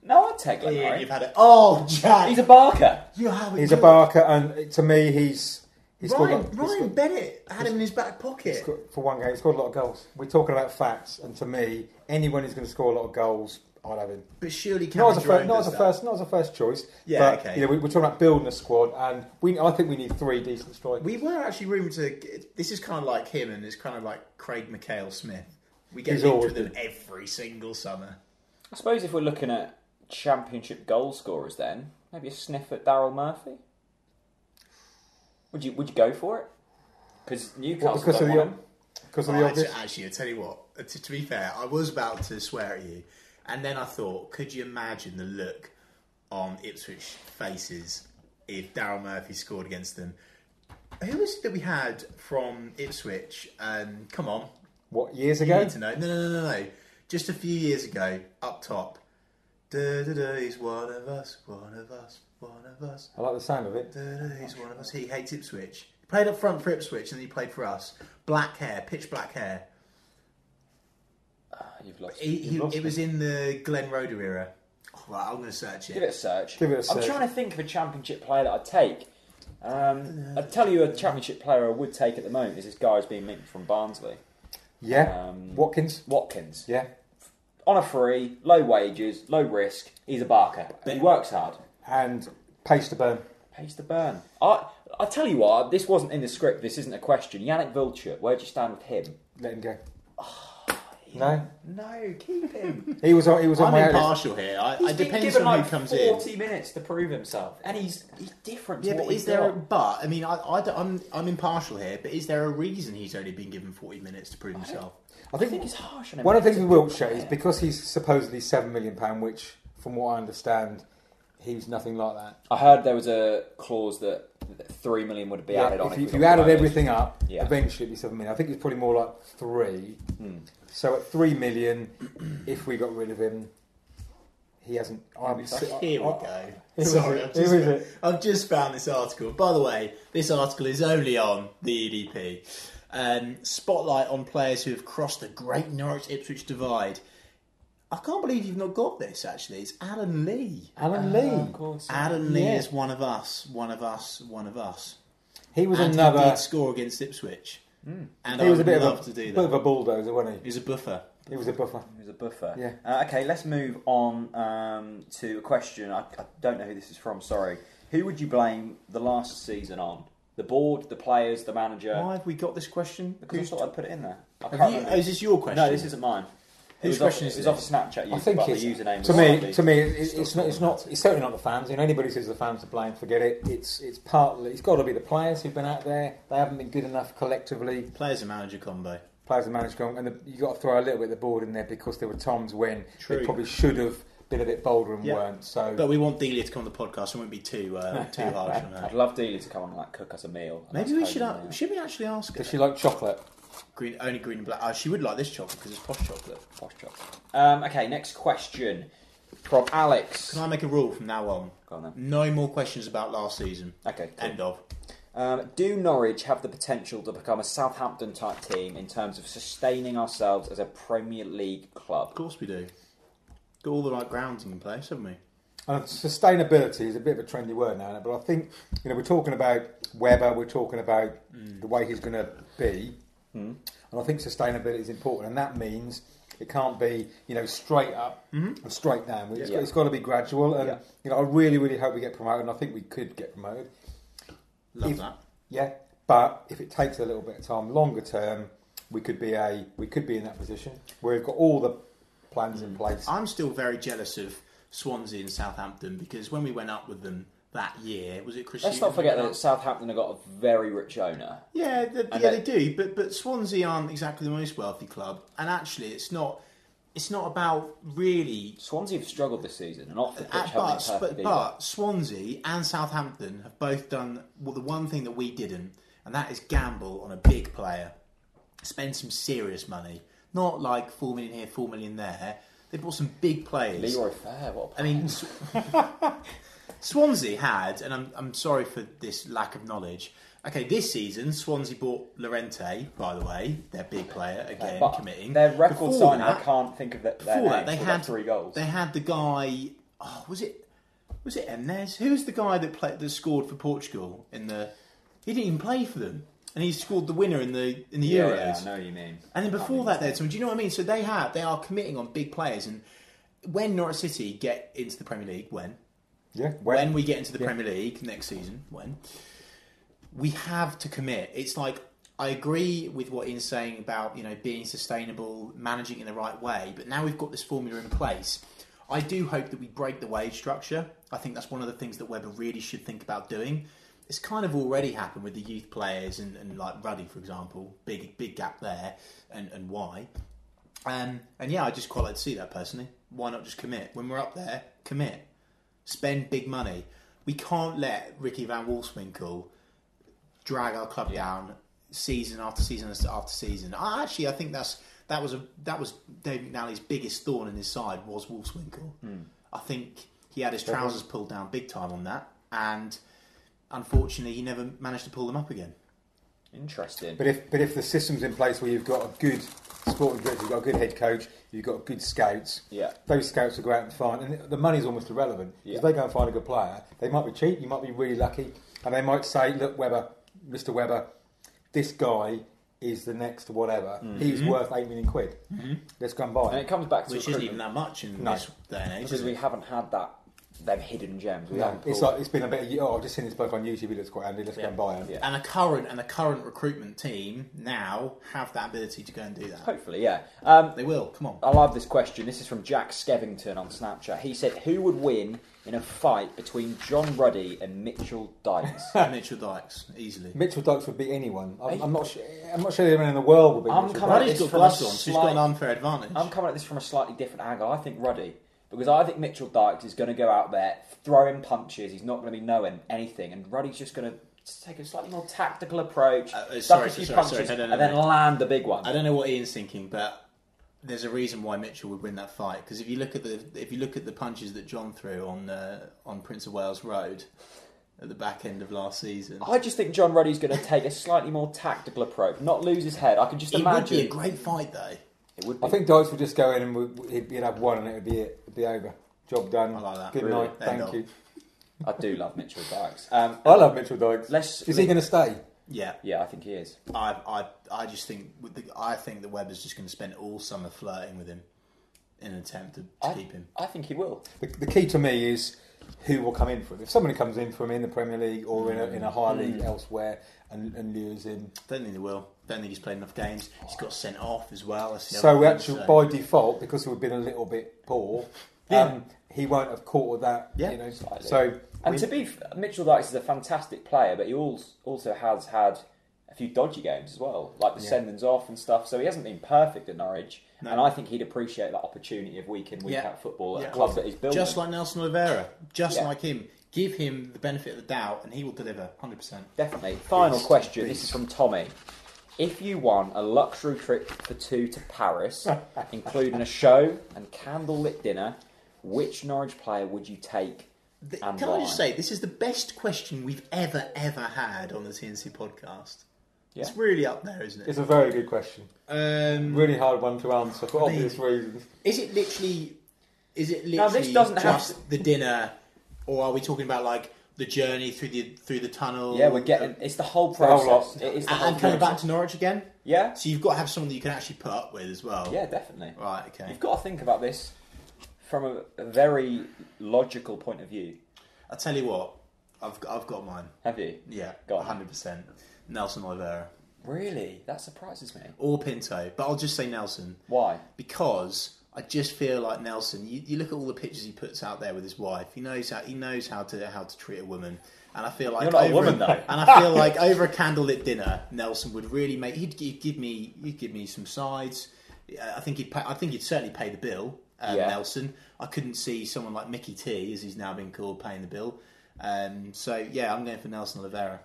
S1: no, I'd take Glenn
S3: Ian,
S1: Murray.
S3: you've had it. Oh, Jack,
S1: He's a barker.
S3: you have
S2: He's a barker, and to me, he's he's scored, a
S3: Ryan,
S2: lot, he's
S3: Ryan Bennett had him in his back pocket.
S2: scored- for one game. He scored a lot of goals. We're talking about facts, and to me, anyone who's going to score a lot of goals, I'd have him.
S3: But surely,
S2: Not
S3: Cameron
S2: as a
S3: Jerome
S2: first, not
S3: does
S2: as a
S3: that.
S2: first, not as a first choice.
S3: Yeah,
S2: but,
S3: okay.
S2: You know, we, we're talking about building a squad, and we I think we need three decent strikers.
S3: We were actually rumoured to. This is kind of like him, and it's kind of like Craig McHale Smith. We get
S2: He's
S3: linked
S2: always
S3: with him every single summer.
S1: I suppose if we're looking at championship goal scorers, then maybe a sniff at Daryl Murphy. Would you Would you go for it? Because Newcastle
S2: What, because
S1: don't
S2: of the
S1: want him.
S2: ob- because of
S3: Oh,
S2: the
S3: actually,
S2: obvious.
S3: actually, I tell you what. uh, To, to be fair, I was about to swear at you, and then I thought, could you imagine the look on Ipswich faces if Daryl Murphy scored against them? Who was it that we had from Ipswich? Um, come on,
S2: What years
S3: you
S2: ago?
S3: need to know. No, no, no, no, no. Just a few years ago, up top. Da, da, da, he's one of us, one of us. One of us.
S2: I like the sound of it.
S3: He's one of us. He hates Ipswich. He played up front for Ipswich and then he played for us. Black hair, pitch black hair.
S1: Ah, You've lost.
S3: He, he,
S2: You lost
S3: it was in the Glen Roder era. Oh, right, I'm going to search
S1: Give it
S3: it.
S1: a search.
S2: Give it a
S1: I'm
S2: search.
S1: trying to think of a championship player that I'd take. Um, I'd tell you a championship player I would take at the moment is this guy who's being linked from Barnsley.
S2: Yeah.
S1: Um,
S2: Watkins.
S1: Watkins.
S2: Yeah.
S1: On a free, low wages, low risk. He's a barker. But he works hard.
S2: And pace to burn.
S1: Pays the burn. I I tell you what, this wasn't in the script. This isn't a question. Yannick Vilcher, where'd you stand with him?
S2: Let him go.
S3: Ah,
S2: No,
S1: No, keep him.
S2: he was on. He was on
S3: I'm
S2: my out list.
S3: impartial here. I,
S1: He's
S3: it
S1: been
S3: depends
S1: given
S3: on
S1: like
S3: who comes in.
S1: forty minutes to prove himself, and he's he's different. To
S3: Yeah,
S1: what
S3: but
S1: we've
S3: is there? A,
S1: got.
S3: but I mean, I, I don't- I'm I'm impartial here. But is there a reason he's only been given 40 minutes to prove himself?
S2: I
S1: I
S2: think
S1: think it's harsh on him.
S2: one of the things
S1: He's
S2: with
S1: a
S2: Wiltshire
S1: player.
S2: is because he's supposedly seven million pound, which, from what I understand, he was nothing like that.
S1: I heard there was a clause that that three million would be added on
S2: if
S1: it
S2: you,
S1: we
S2: if you
S1: got
S2: added
S1: bonus.
S2: everything up,
S1: Yeah. Hmm.
S2: eventually it'd be seven million. I think it's probably more like three. So at three million, if we got rid of him, he hasn't. I'm,
S3: Here we go.
S2: is
S3: Sorry,
S2: it.
S3: I've just,
S2: Here is it.
S3: I've just found this article. By the way, this article is only on the EDP. Um, spotlight on players who have crossed the Great Norwich Ipswich divide. I can't believe you've not got this. Actually, it's Alan Lee.
S1: Uh,
S2: Alan
S1: Of
S2: Lee.
S1: course.
S3: Alan Lee
S2: Yeah.
S3: is one of us. One of us. One of us.
S2: He was
S3: and he
S2: another. Hmm.
S3: did score against Ipswich. And
S2: He was
S3: I
S2: a
S3: would
S2: bit
S3: love
S2: of a,
S3: to do
S2: bit of
S3: that.
S2: a bulldozer, wasn't he?
S3: He's a buffer.
S2: He was a buffer.
S1: He was a buffer.
S2: Yeah.
S1: Uh, okay, let's move on um, to a question. I, I don't know who this is from. Sorry. Who would you blame the last season on? The board, the players, the manager.
S3: Why have we got this question?
S1: Because I thought I'd put it in there. I
S3: Have
S1: can't
S3: you-
S1: remember.
S3: oh, is this your question?
S1: No, this isn't mine.
S3: Whose
S1: it was
S3: question
S1: off,
S3: is
S1: it was
S3: it?
S1: off a Snapchat. User,
S2: I think
S1: but the
S2: it's,
S1: username was
S2: to me,
S1: slightly-
S2: to me, it, it's not, it's not, it's certainly not the fans. You know, anybody who says the fans are blamed, forget it. It's, it's partly, it's got to be the players who've been out there. They haven't been good enough collectively.
S3: Players and manager combo.
S2: Players and managers gone, and the, you got to throw a little bit of the board in there because there were times when
S3: True.
S2: they probably should have been a bit bolder and
S3: Yeah.
S2: weren't. So,
S3: But we want Delia to come on the podcast. so We won't be too uh, too harsh on
S1: I'd
S3: her.
S1: love Dealey to come on and like cook us a meal. and
S3: Maybe
S1: us
S3: we
S1: home
S3: should
S1: and,
S3: a-
S1: uh,
S3: should we actually ask her?
S2: does she like chocolate?
S3: Green, only green and black. Uh, she would like this chocolate because it's posh chocolate.
S1: posh chops. Um, okay, next question from Alex.
S3: Can I make a rule from now on?
S1: Go on then.
S3: No more questions about last season.
S1: Okay, cool.
S3: End of.
S1: Um, do Norwich have the potential to become a Southampton type team in terms of sustaining ourselves as a Premier League
S3: Of
S1: club?
S3: course we do. Got all the right grounds in place, haven't we?
S2: And sustainability is a bit of a trendy word now, but I think you know we're talking about Weber, we're talking about
S3: Mm.
S2: the way he's going to be, and I think sustainability is important, and that means it can't be you know straight up
S3: Mm-hmm.
S2: and straight down. It's
S1: Yeah.
S2: got, it's got to be gradual, and
S1: Yeah.
S2: you know I really really hope we get promoted, and I think we could get promoted.
S3: Love
S2: If-
S3: that.
S2: Yeah, but if it takes a little bit of time, longer term, we could be a we could be in that position where we've got all the plans
S1: Mm.
S2: in place.
S3: I'm still very jealous of Swansea and Southampton because when we went up with them that year, was it Christian?
S1: Let's not forget that Southampton have got a very rich owner.
S3: Yeah, th
S1: And
S3: yeah,
S1: they-
S3: they do. But but Swansea aren't exactly the most wealthy club, and actually, it's not. It's not about really.
S1: Swansea have struggled this season, and Oxford
S3: At,
S1: haven't
S3: but,
S1: been perfect
S3: but,
S1: either.
S3: but Swansea and Southampton have both done well, the one thing that we didn't, and that is gamble on a big player, spend some serious money, not like four million here, four million there. They bought some big players.
S1: Leroy Fair, what a
S3: I mean, Sw- Swansea had, and I'm, I'm sorry for this lack of knowledge. Okay, this season, Swansea bought Lorente, by the way, their big player, again,
S1: But
S3: committing.
S1: Their record
S3: Before
S1: signing, I
S3: that-
S1: can't think of that. Their
S3: before
S1: names,
S3: that, they
S1: but that's
S3: had
S1: three goals.
S3: They had the guy. Oh, was it? Was it Emnes? Who was the guy that played that scored for Portugal in the? He didn't even play for them, and he scored the winner in the in the
S1: yeah,
S3: Euros.
S1: yeah, I know what you mean.
S3: And then
S1: I can't
S3: before
S1: think
S3: that, they had someone. Do you know what I mean? So they have, they are committing on big players. And when Norwich City get into the Premier League, when
S2: yeah,
S3: when we get into the Premier League next season, when we have to commit. It's like I agree with what Ian's saying about you know being sustainable, managing in the right way. But now we've got this formula in place. I do hope that we break the wage structure. I think that's one of the things that Weber really should think about doing. It's kind of already happened with the youth players and, and like Ruddy, for example, big big gap there, and and why. Um, and yeah, I just quite like to see that personally. Why not just commit when we're up there? Commit spend big money. We can't let Ricky Van Wolfswinkle drag our club down season after season after season. I actually, I think that's
S1: Hmm.
S3: that was a that was Dave McNally's biggest thorn in his side was Wolfswinkle. I think He had his trousers pulled down big time on that, and unfortunately, he never managed to pull them up again.
S1: Interesting.
S2: But if but if the system's in place where you've got a good sporting director, you've got a good head coach, you've got good scouts,
S1: Yeah.
S2: those scouts will go out and find, and the money's almost irrelevant.
S1: Yeah.
S2: If they go and find a good player, they might be cheap, you might be really lucky, and they might say, look, Weber, Mr. Weber, this guy is the next whatever.
S1: Mm-hmm.
S2: He's worth eight million quid. Let's go and buy
S1: and
S2: him.
S1: it comes back to
S3: Which isn't
S1: recruitment,
S3: even that much in
S2: No.
S3: this day and age.
S1: because
S3: is
S1: we
S3: it?
S1: haven't had that them hidden gems. We
S2: No,
S1: haven't
S2: it's
S1: pulled-
S2: like it's been a bit. Of, oh, I've just seen this bloke on YouTube. He looks quite handy. Let's go and buy him.
S1: Yeah.
S3: and a current and a current recruitment team now have that ability to go and do that.
S1: hopefully, yeah. Um,
S3: They will. Come on.
S1: I love this question. This is from Jack Skevington on Snapchat. He said, "Who would win in a fight between John Ruddy and Mitchell Dykes?"
S3: Mitchell Dykes easily.
S2: Mitchell Dykes would beat anyone. I'm, I'm not. Sure, I'm not sure anyone in the world would beat.
S1: I'm
S2: Mitchell
S1: coming at this
S2: Dykes.
S3: Ruddy's got
S1: from a
S3: gloves on, so he's got
S1: slight-
S3: an unfair advantage.
S1: I'm coming at this from a slightly different angle. I think Ruddy, because I think Mitchell Dykes is going to go out there throwing punches. He's not going to be knowing anything, and Ruddy's just going to take a slightly more tactical approach,
S3: Uh, uh,
S1: duck
S3: sorry,
S1: a few
S3: sorry, sorry,
S1: punches,
S3: no, no, no,
S1: and then
S3: no.
S1: land the big one.
S3: I don't know what Ian's thinking, but there's a reason why Mitchell would win that fight because if you look at the if you look at the punches that John threw on uh, on Prince of Wales Road at the back end of last season,
S1: I just think John Ruddy's going to take a slightly more tactical approach, not lose his head. I can just
S3: it would
S1: imagine
S3: be a great fight though.
S1: It would be.
S2: I think Dykes would just go in and would- he'd he'd have one and it would be it. It'd be over. Job done.
S3: I like that.
S2: Good
S3: Really.
S2: night.
S3: End
S2: Thank
S3: of.
S2: you.
S1: I do love Mitchell Dykes. Um,
S2: I love Mitchell Dykes.
S1: Let's-
S2: is he going to stay?
S3: Yeah,
S1: yeah, I think he is.
S3: I I I just think with the, I think that Webber's just going to spend all summer flirting with him in an attempt to, to
S1: I,
S3: keep him.
S1: I think he will.
S2: The, the key to me is who will come in for him. If somebody comes in for him in the Premier League or in a, in a higher
S3: Hmm.
S2: league elsewhere and, and lures him,
S3: Don't think they will. Don't think he's played enough games. He's got sent off as well. That's the
S2: so
S3: other
S2: we
S3: thing,
S2: actually
S3: so-
S2: by default because we've been a little bit poor, um, he won't have caught with that.
S3: Yeah.
S2: you know.
S1: Slightly.
S2: So
S1: And
S2: we-
S1: to be f- Mitchell Dykes is a fantastic player, but he als- also has had a few dodgy games as well, like the sendings off and stuff. So he hasn't been perfect at Norwich,
S3: No.
S1: and I think he'd appreciate that opportunity of week in week
S3: Yeah.
S1: out football at
S3: Yeah.
S1: a club that he's building.
S3: Just like Nelson Oliveira, just
S1: Yeah.
S3: like him. Give him the benefit of the doubt, and he will deliver 100%.
S1: Definitely. Final
S3: Beast,
S1: question. This
S3: beast.
S1: is from Tommy. If you won a luxury trip for two to Paris, including a show and candlelit dinner, which Norwich player would you take?
S3: Th-
S1: and
S3: Can
S1: why?
S3: I just say, this is the best question we've ever, ever had on the TNC podcast.
S1: Yeah.
S3: It's really up there, isn't it?
S2: it's a very good question.
S3: Um,
S2: Really hard one to answer for obvious reasons.
S3: is it literally? Is it literally
S1: Now, this doesn't have
S3: just
S1: to-
S3: the dinner, or are we talking about like the journey through the through the tunnel?
S1: Yeah, we're getting. It's the whole
S2: the whole
S1: process.
S2: lot.
S1: It is the
S3: and,
S1: whole
S3: and coming
S1: process.
S3: back to Norwich again.
S1: Yeah.
S3: So you've got to have someone that you can actually put up with as well.
S1: Yeah, definitely.
S3: Right. Okay.
S1: You've got to think about this from a, a very logical point of view.
S3: I'll tell you what. I've got, I've got mine.
S1: Have you?
S3: Yeah.
S1: Go on.
S3: 100%. Nelson Oliveira
S1: Really? That surprises me.
S3: or Pinto, but I'll just say Nelson.
S1: Why?
S3: because I just feel like Nelson. You, you look at all the pictures he puts out there with his wife. He knows how he knows how to how to treat a woman. And I feel like
S1: You're not a
S3: over
S1: woman, though.
S3: And I feel like over a candlelit dinner, Nelson would really make. He'd, gi- he'd give me he'd give me some sides. Uh, I think he'd pay, I think he'd certainly pay the bill. Um,
S1: Yeah.
S3: Nelson. I couldn't see someone like Mickey T, as he's now been called, paying the bill. Um, so yeah, I'm going for Nelson Oliveira.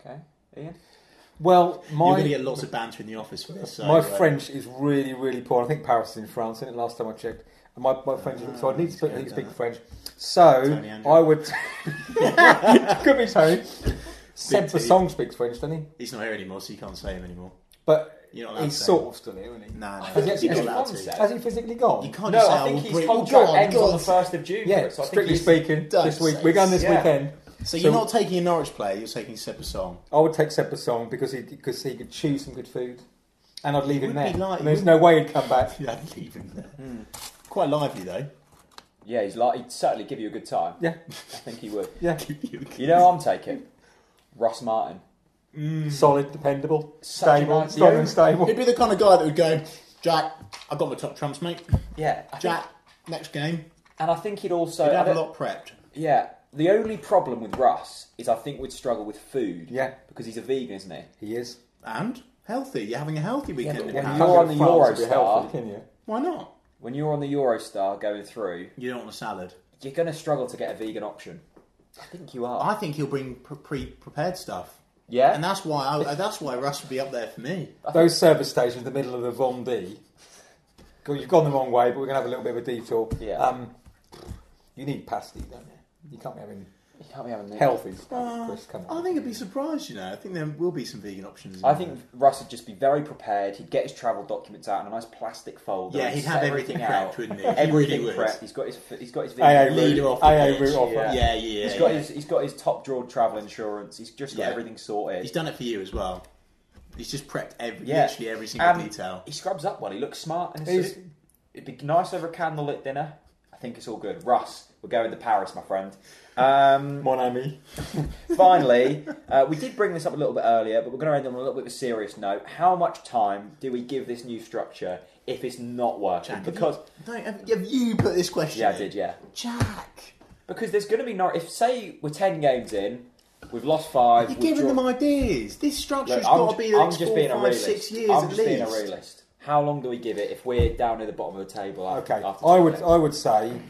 S1: Okay, Ian.
S2: Well, my
S3: You're going to get lots of banter in the office for this. So,
S2: my
S3: uh,
S2: French is really, really poor. I think Paris is in France, isn't it? Last time I checked. And my, my French is, so I need to speak, I need to speak French. So
S3: Ah, Tony Andrew.
S2: I would. could be Tony. Seb the
S3: T.
S2: song speaks French, doesn't he?
S3: he's not here anymore, so you can't say him anymore.
S2: But
S3: You're not allowed
S2: he's
S3: to say
S2: sort of still here, isn't he?
S3: No, no,
S1: think
S3: you're
S1: he's
S3: not
S1: gone
S3: allowed
S1: on
S3: to.
S1: set.
S2: Has he physically gone?
S3: You can't
S1: No,
S3: just say,
S1: I think
S3: "Oh,
S1: his
S3: bring-
S1: contract
S3: God,
S1: ends on the
S3: God."
S1: first of June.
S2: Yeah,
S1: so I think
S2: strictly
S1: he's-
S2: speaking,
S3: Don't
S2: this week
S3: say
S2: we're going this
S1: yeah.
S2: weekend.
S3: So you're not taking a Norwich player, you're taking Seppa Song.
S2: I would take Seb the song because he because he could choose some good food, and I'd leave him
S3: Would be
S2: there.
S3: like-
S2: There's no way he'd come back.
S3: Yeah, I'd leave him there.
S2: Hmm.
S3: Quite lively though.
S1: Yeah, he's like he'd certainly give you a good time.
S2: Yeah,
S1: I think he would.
S2: yeah.
S1: You know, who I'm taking Ross Martin.
S2: Solid, dependable,
S1: Hmm. Such a
S2: stable,
S1: nice
S2: strong
S1: year.
S2: and stable.
S3: He'd be the kind of guy that would go, Jack, I've got my top trumps, mate.
S1: Yeah, I think-
S3: Jack, next game.
S1: and I think he'd also.
S2: Uh,
S3: He'd
S1: I
S3: have a
S1: don't-
S3: lot prepped.
S1: Yeah, the only problem with Russ is I think we'd struggle with food.
S2: Yeah.
S1: because he's a vegan, isn't he?
S2: He is.
S3: And healthy. You're having a healthy weekend.
S1: but
S3: in
S1: when
S3: Paris.
S1: you're- on the
S2: France,
S1: Eurostar.
S2: it'd be healthy, can you?
S3: Why not?
S1: When you're on the Eurostar going through,
S3: You don't want a salad.
S1: you're going to struggle to get a vegan option. I think you are.
S3: I think he'll bring pre prepared stuff.
S1: yeah,
S3: And that's why I, that's why Russ would be up there for me.
S2: Those service stations in the middle of the Vendée. God, You've gone the wrong way, but we're going to have a little bit of a detour.
S1: Yeah.
S2: Um, You need pasty, don't you? You can't be having
S1: You can't be having that.
S2: healthy stuff,
S3: Uh,
S2: Chris. Come on.
S3: I think I'd be surprised. You know, I think there will be some vegan options.
S1: I think Russ would just be very prepared. He'd get his travel documents out in a nice plastic folder.
S3: Yeah,
S1: and
S3: he'd
S1: set
S3: have everything
S1: out.
S3: prepped, wouldn't he? He
S1: Everything
S3: really would.
S1: prepped. He's got his. He's got his.
S2: AA
S1: vegan-
S3: leader
S2: route-
S3: off the
S2: AA
S3: pitch,
S2: route offer.
S3: Yeah, yeah, yeah.
S1: He's got his. He's got his top drawer travel insurance. He's just got
S3: Yeah.
S1: everything sorted.
S3: He's done it for you as well. He's just prepped every,
S1: Yeah.
S3: literally every single
S1: Um,
S3: detail.
S1: He scrubs up well. He looks smart. And it's
S2: He's-
S1: just, it'd be nice over a candlelit dinner. I think it's all good. Russ, we're going to Paris, my friend. Um,
S2: Mon ami.
S1: finally, uh, we did bring this up a little bit earlier, but we're going to end on a little bit of a serious note. How much time do we give this new structure if it's not working?
S3: Jack, have
S1: because
S3: you, no, have, have you put this question?
S1: yeah, I
S3: in?
S1: did yeah.
S3: Jack,
S1: Because there's going to be no. If say we're ten games in, we've lost five.
S3: you're
S1: we've
S3: giving
S1: drawn-
S3: them ideas. This structure's
S1: Look,
S3: got to
S1: ju-
S3: be the next four, five,
S1: realist.
S3: six years
S1: I'm
S3: at
S1: just
S3: least.
S1: being a realist. How long do we give it if we're down near the bottom of the table? After,
S2: Okay,
S1: after
S2: I
S1: 10
S2: would
S1: games?
S2: I would say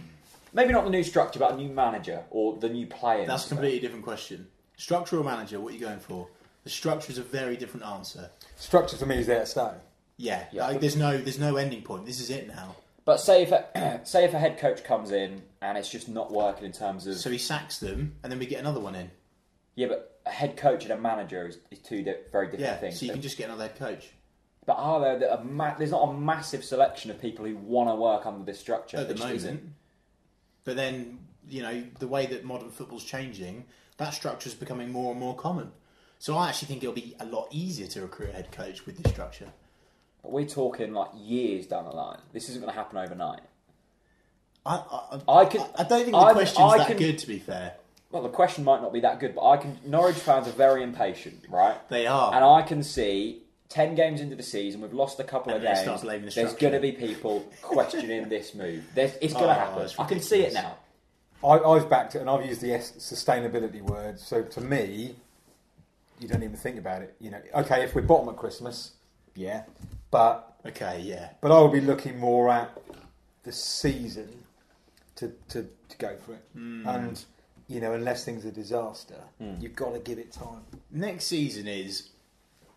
S1: Maybe not the new structure, but a new manager or the new players.
S3: That's a completely different question. Structural manager, what are you going for? The structure is a very different answer.
S2: structure for me is there to stay.
S3: Yeah,
S1: Yeah.
S3: like, there's no there's no ending point. This is it now.
S1: But say if a, say if a head coach comes in and it's just not working in terms of
S3: So he sacks them, and then we get another one in.
S1: yeah, but a head coach and a manager is, is two di- very different
S3: Yeah,
S1: things.
S3: so you can just get another head coach.
S1: But are there that a ma- there's not a massive selection of people who want to work under this structure
S3: at the
S1: There just
S3: moment.
S1: isn't.
S3: But then, you know, the way that modern football's changing, that structure's becoming more and more common. So I actually think it'll be a lot easier to recruit a head coach with this structure.
S1: But we're talking like years down the line. This isn't going to happen overnight.
S3: I, I,
S1: I could-
S3: I don't think the
S1: I-
S3: question's
S1: I
S3: that
S1: can-
S3: good. To be fair,
S1: Well, the question might not be that good, but I can. Norwich fans are very impatient, right?
S3: they are.
S1: And I can see ten games into the season, we've lost a couple
S3: And
S1: of
S3: then it
S1: games.
S3: starts laying the
S1: There's
S3: structure.
S1: going to be people questioning this move. There's, it's going
S3: Oh,
S1: to happen.
S3: it's
S1: I can see it
S3: ridiculous.
S1: now.
S2: I, I've backed it and I've used the S sustainability word. So to me, you don't even think about it. You know, okay, if we're bottom at Christmas, yeah, but
S3: okay, yeah.
S2: but I would be looking more at the season to to, to go for it.
S3: Hmm.
S2: And you know, unless things are disaster, you've got to give it time.
S3: Next season is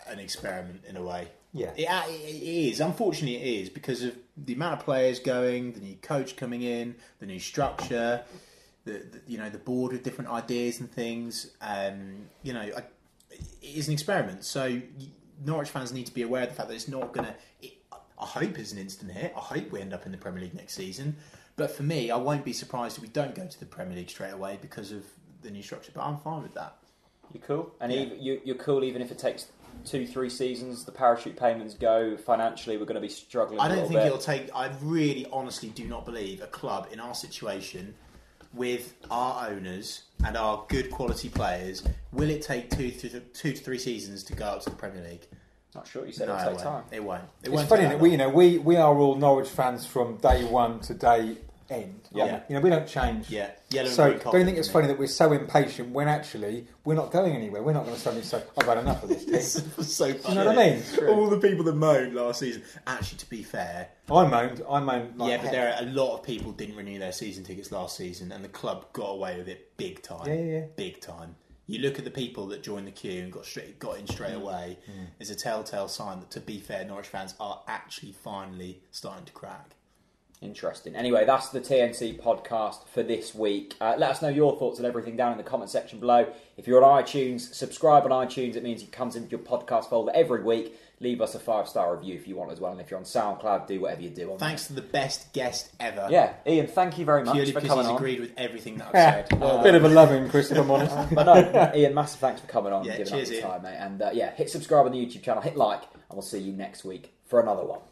S3: an experiment in a way.
S2: Yeah.
S3: It, uh, it it is. Unfortunately, it is because of the amount of players going, the new coach coming in, the new structure, the, the you know the board with different ideas and things. Um, you know, I, it is an experiment. So y- Norwich fans need to be aware of the fact that it's not going to. I hope it's an instant hit. I hope we end up in the Premier League next season. But for me, I won't be surprised if we don't go to the Premier League straight away because of the new structure. But I'm fine with that.
S1: You're cool, and
S3: Yeah.
S1: even, you, you're cool even if it takes two, three seasons. The parachute payments go financially. We're going to be struggling.
S3: I
S1: a little
S3: don't think
S1: bit.
S3: it'll take. I really, honestly, do not believe a club in our situation, with our owners and our good quality players, will it take two, to two to three seasons to go up to the Premier League?
S1: Not sure you said
S3: No,
S1: it'll
S3: it
S1: take time.
S3: won't. It won't. It
S2: It's
S3: won't
S2: funny,
S3: take
S2: that
S3: that
S2: we
S3: long.
S2: you know we we are all Norwich fans from day one to day end.
S1: Yeah.
S2: you know, we don't change.
S3: Yeah, yellow and
S2: So don't
S3: green
S2: you think
S3: carpet,
S2: it's
S3: isn't
S2: funny that we're so impatient when actually we're not going anywhere. We're not going to suddenly say, "I've had enough of this." Team.
S3: it? It's so funny.
S2: know what I mean? True.
S3: All the people that moaned last season. Actually, to be fair,
S2: I moaned. I moaned. Like
S3: yeah, but
S2: heck.
S3: there are a lot of people didn't renew their season tickets last season, and the club got away with it big time.
S2: Yeah, yeah, yeah.
S3: big time. You look at the people that joined the queue and got straight got in straight
S2: Mm.
S3: away. It's a telltale sign that, to be fair, Norwich fans are actually finally starting to crack.
S1: Interesting. Anyway, that's the TNC podcast for this week. Uh, let us know your thoughts on everything down in the comment section below. If you're on iTunes, subscribe on iTunes. It means it comes into your podcast folder every week. Leave us a five star review if you want as well. And if you're on SoundCloud, do whatever you do on
S3: Thanks to the best guest ever.
S1: there. Yeah, Ian, thank you very much
S3: purely
S1: for
S3: because
S1: coming
S3: he's
S1: on.
S3: agreed with everything that I've said.
S2: a bit of a loving, Chris. If I'm honest.
S1: But no, Ian, massive thanks for coming on
S3: Yeah,
S1: and giving
S3: cheers,
S1: up your
S3: Ian.
S1: time, mate. And uh, yeah, hit subscribe on the YouTube channel, hit like, and we'll see you next week for another one.